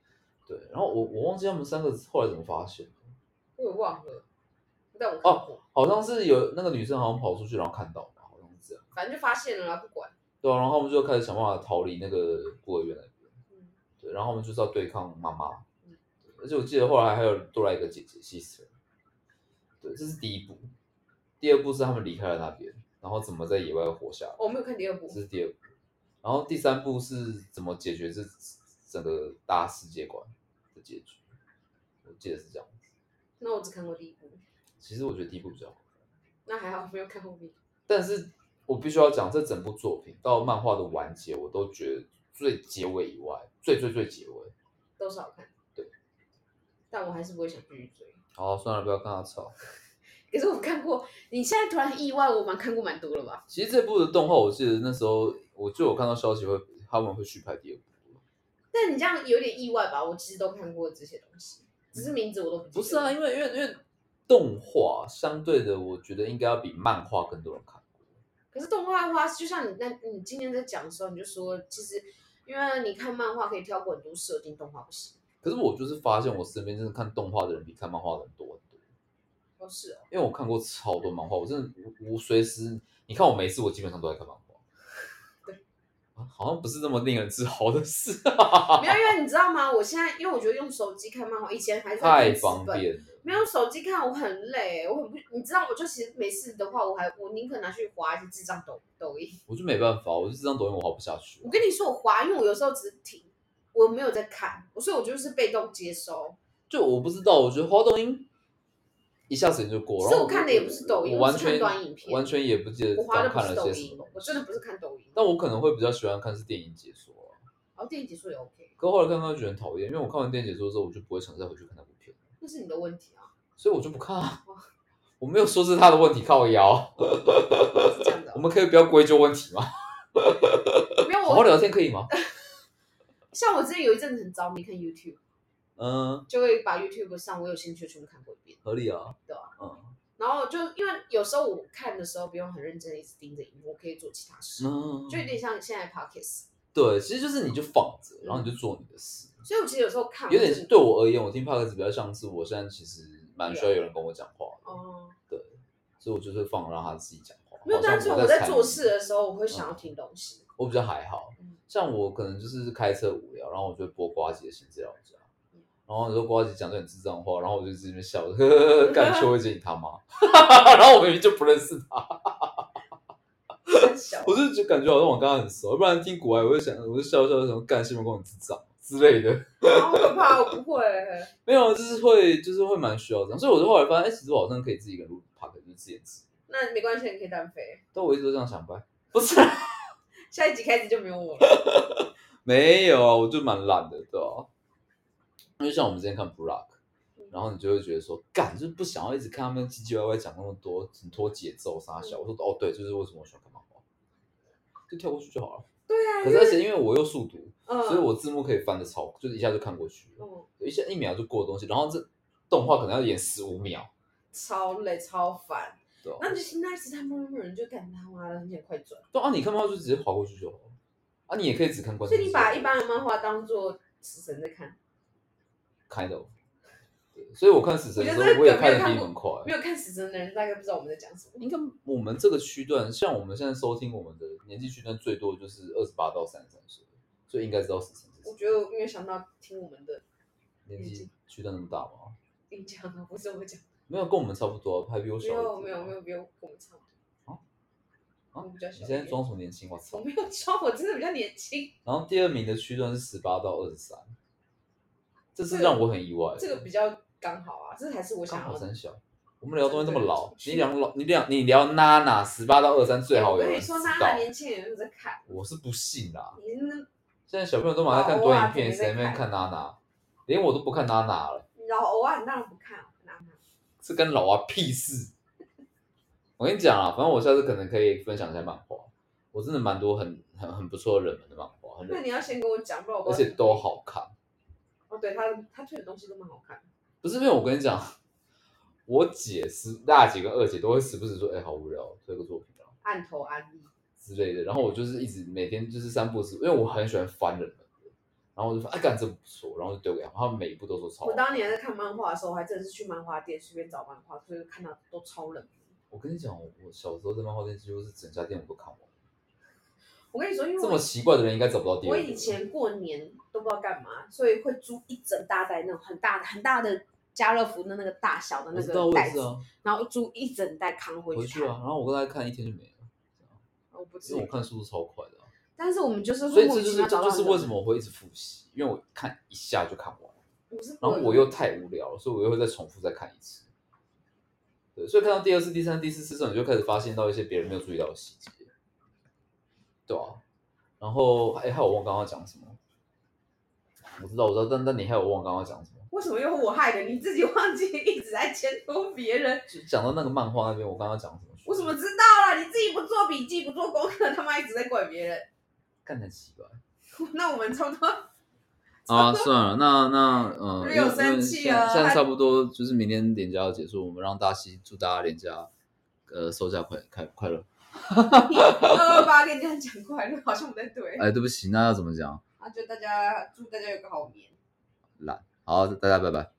对，然后我我忘记他们三个后来怎么发现了，我也忘了，但我看哦过，好像是有那个女生好像跑出去然后看到吧，好像是这样。反正就发现了啦，不管。对啊，然后他们就开始想办法逃离那个孤儿院那边。嗯对，然后我们就是要对抗妈妈嗯。而且我记得后来还有多来一个姐姐西斯人。对，这是第一步。第二步是他们离开了那边，然后怎么在野外活下来，哦我没有看第二部这，是第二步。然后第三步是怎么解决这整个大世界观的结局，我记得是这样子。那我只看过第一部，其实我觉得第一步比较好，那还好我没有看后面。但是我必须要讲，这整部作品到漫画的完结，我都觉得最结尾以外，最最最结尾，都是好看。对，但我还是不会想继续追。好，算了，不要跟他吵。可是我看过，你现在突然意外，我蛮看过蛮多了吧？其实这部的动画，我记得那时候我就有看到消息会他们会续拍第二部。但你这样有点意外吧？我其实都看过这些东西，只是名字我都不记得不是啊，因为因为因为动画相对的，我觉得应该要比漫画更多人看。可是动画的话，就像你那你今天在讲的时候，你就说其实因为你看漫画可以跳过很多设定，动画不行。可是我就是发现，我身边真的看动画的人比看漫画的人多很多。哦，是哦，因为我看过超多漫画，我真的无无随时，你看我每次我基本上都在看漫画。对啊，好像不是这么令人自豪的事、啊 *laughs* 哦 *laughs* 没有，因为你知道吗？我现在因为我觉得用手机看漫画，以前还是在太电子方本。便了。没有手机看我很累，我很不，你知道，我就其实没事的话，我还我宁可拿去滑一些智障抖抖音。我就没办法，我就这张抖音我滑不下去啊我。跟你说，我滑，因为我有时候只是停，我没有在看，所以我就是被动接收。就我不知道，我觉得滑抖音一下子就过了。所以我看的也不是抖音我我完是看全短影片完全也不记得我滑的刚不看是了抖些什音么东西。，我真的不是看抖音。但我可能会比较喜欢看是电影解说啊、然后电影解说也 OK，可后来看看就觉得很讨厌，因为我看完电影解说之后，我就不会想再回去看那部片，那是你的问题啊，所以我就不看啊。 *laughs* 我没有说是他的问题，靠腰。是这样的 *laughs* 我。们可以不要归咎问题吗？没有好好我，聊天可以吗？像我之前有一阵子很着迷看 YouTube，嗯，就会把 YouTube 上我有兴趣的全部看过一遍。合理啊。对啊。嗯然后就因为有时候我看的时候不用很认真地一直盯着荧幕，我可以做其他事，嗯，就有点像现在 Podcast。对，其实就是你就放着，然后你就做你的事。所以我其实有时候看有我点真的对我而言，我听 podcast 比较像是我现在其实蛮需要有人跟我讲话的，哦，所以我就是放让他自己讲话。没有，好像但是我嗯我在参与做事，的时候，我会想要听东西。我比较还好嗯。像我可能就是开车无聊，然后我就会播瓜姐的新资料夹嗯，然后你说瓜姐讲这很智障的话，然后我就在那边笑， *laughs* 呵呵呵，干邱慧姐你他妈， *laughs* 然后我明明就不认识他，很小我就就感觉好像我跟他很熟，要不然听国外我就想，我就笑笑什么干西门公很智障之类 *laughs* 的。好可怕，我不会。没有，啊就是会，就是会蛮需要这样，所以我就后来发现，哎、其实我好像可以自己一个人录 p o d 就是自言自语。那没关系，你可以单飞。但我一直都这样想吧，不是下一集开始就没有我了。没有啊，我就蛮懒的，对吧、因为像我们之前看 Block，然后你就会觉得说，干，就是不想要一直看他们唧唧歪歪讲那么多，很拖节奏啥小。我说，哦，对，就是为什么我喜欢看漫画，就跳过去就好了。对啊，可是而且因为我又速读，嗯，所以我字幕可以翻的超，就是一下就看过去了，嗯一下一秒就过的东西，然后这动画可能要演十五秒，超累超烦。对吧、那你就听到一直在默默人，就感觉他妈的很想快转。对啊，你看漫画就直接划过去就好了。啊，你也可以只看关所键以字。你把一般的漫画当做死神在看， kind of，对，所以我看死神的时我觉得这候，个我也看的没有比看你过们快。没有看死神的人大概不知道我们在讲什么。应该我们这个区段，像我们现在收听我们的年纪区段最多就是二十八到三十三岁，所以应该知道死神是我谁。觉得我没有想到听我们的，年纪区段那么大吗？你讲的不是我讲，没有，跟我们差不多啊，还比我没小一点。有没有没有没有跟我们差不多啊。啊我比较你小一现点。在装什么年轻？我我操！没有装，我真的比较年轻。然后第二名的区段是十八到二十三，这是让我很意外的。这个比较刚好啊，这才是我想要刚好的三。小，我们聊东西这么老，对你聊老，你聊你聊娜娜十八到二三最好我有跟人你知说，娜娜道。年轻人有在看，我是不信啦、你那现在小朋友都马上看老欧短啊影片，怎么没谁没看看娜娜？连我都不看娜娜了，老欧啊，你当然不看娜娜。这跟老啊 *laughs* 屁事。我跟你讲啊，反正我下次可能可以分享一下漫画，我真的蛮多很很很不错的冷门的漫画，很那冷你要先跟我讲，不然我不而知道且都好看。哦，对他他推的东西都蛮好看的。不是因为我跟你讲，我姐是大姐跟二姐都会时不时说，哎、好无聊这个作品啊按头安利，之类的，然后我就是一直每天就是三不时，因为我很喜欢翻冷门的，然后我就说，哎、感这不错，然后就丢给他们，他们每一部都说超好我。当年还在看漫画的时候，我还真的是去漫画店随便找漫画，所以看到都超冷门。我跟你讲，我我小时候在漫画店几乎是整家店我都看完，我跟你说，因为这我么奇怪的人应该找不到第我二个。以前过年都不知道干嘛，所以会租一整大袋那种很大的、很大的家乐福的那个大小的我那知道，个我袋也是子，啊，然后租一整袋扛回回去去啊，看。然后我跟他看一天就没了，我不知因为我看速度超快的啊、但是我们就是所会以莫这名就其是妙这找到就是人为什么我会一直复习，因为我看一下就看完，我是然后鬼我又太无聊了，所以我又会再重复再看一次。对，所以看到第二次、第三、第四次之后，你就开始发现到一些别人没有注意到的细节，对啊。然后哎，还有我忘刚刚讲什么，我知道，我知道，但但你还有忘刚刚讲什么？为什么又我害的？你自己忘记一直在监督别人， *laughs* 就讲到那个漫画那边，我刚刚讲什么？我怎么知道啦？你自己不做笔记，不做功课，他妈一直在怪别人。 *laughs* 干得奇怪？那我们差不多啊，算了，那那嗯，没因有为因为生气现在啊现在他差不多就是明天连假要结束，我们让大西祝大家连假，呃，收假快快快乐。 *laughs* 二二八跟你这样讲快乐，好像不太对。哎，对不起，那要怎么讲？啊，就大家祝大家有个好眠。好，大家拜拜。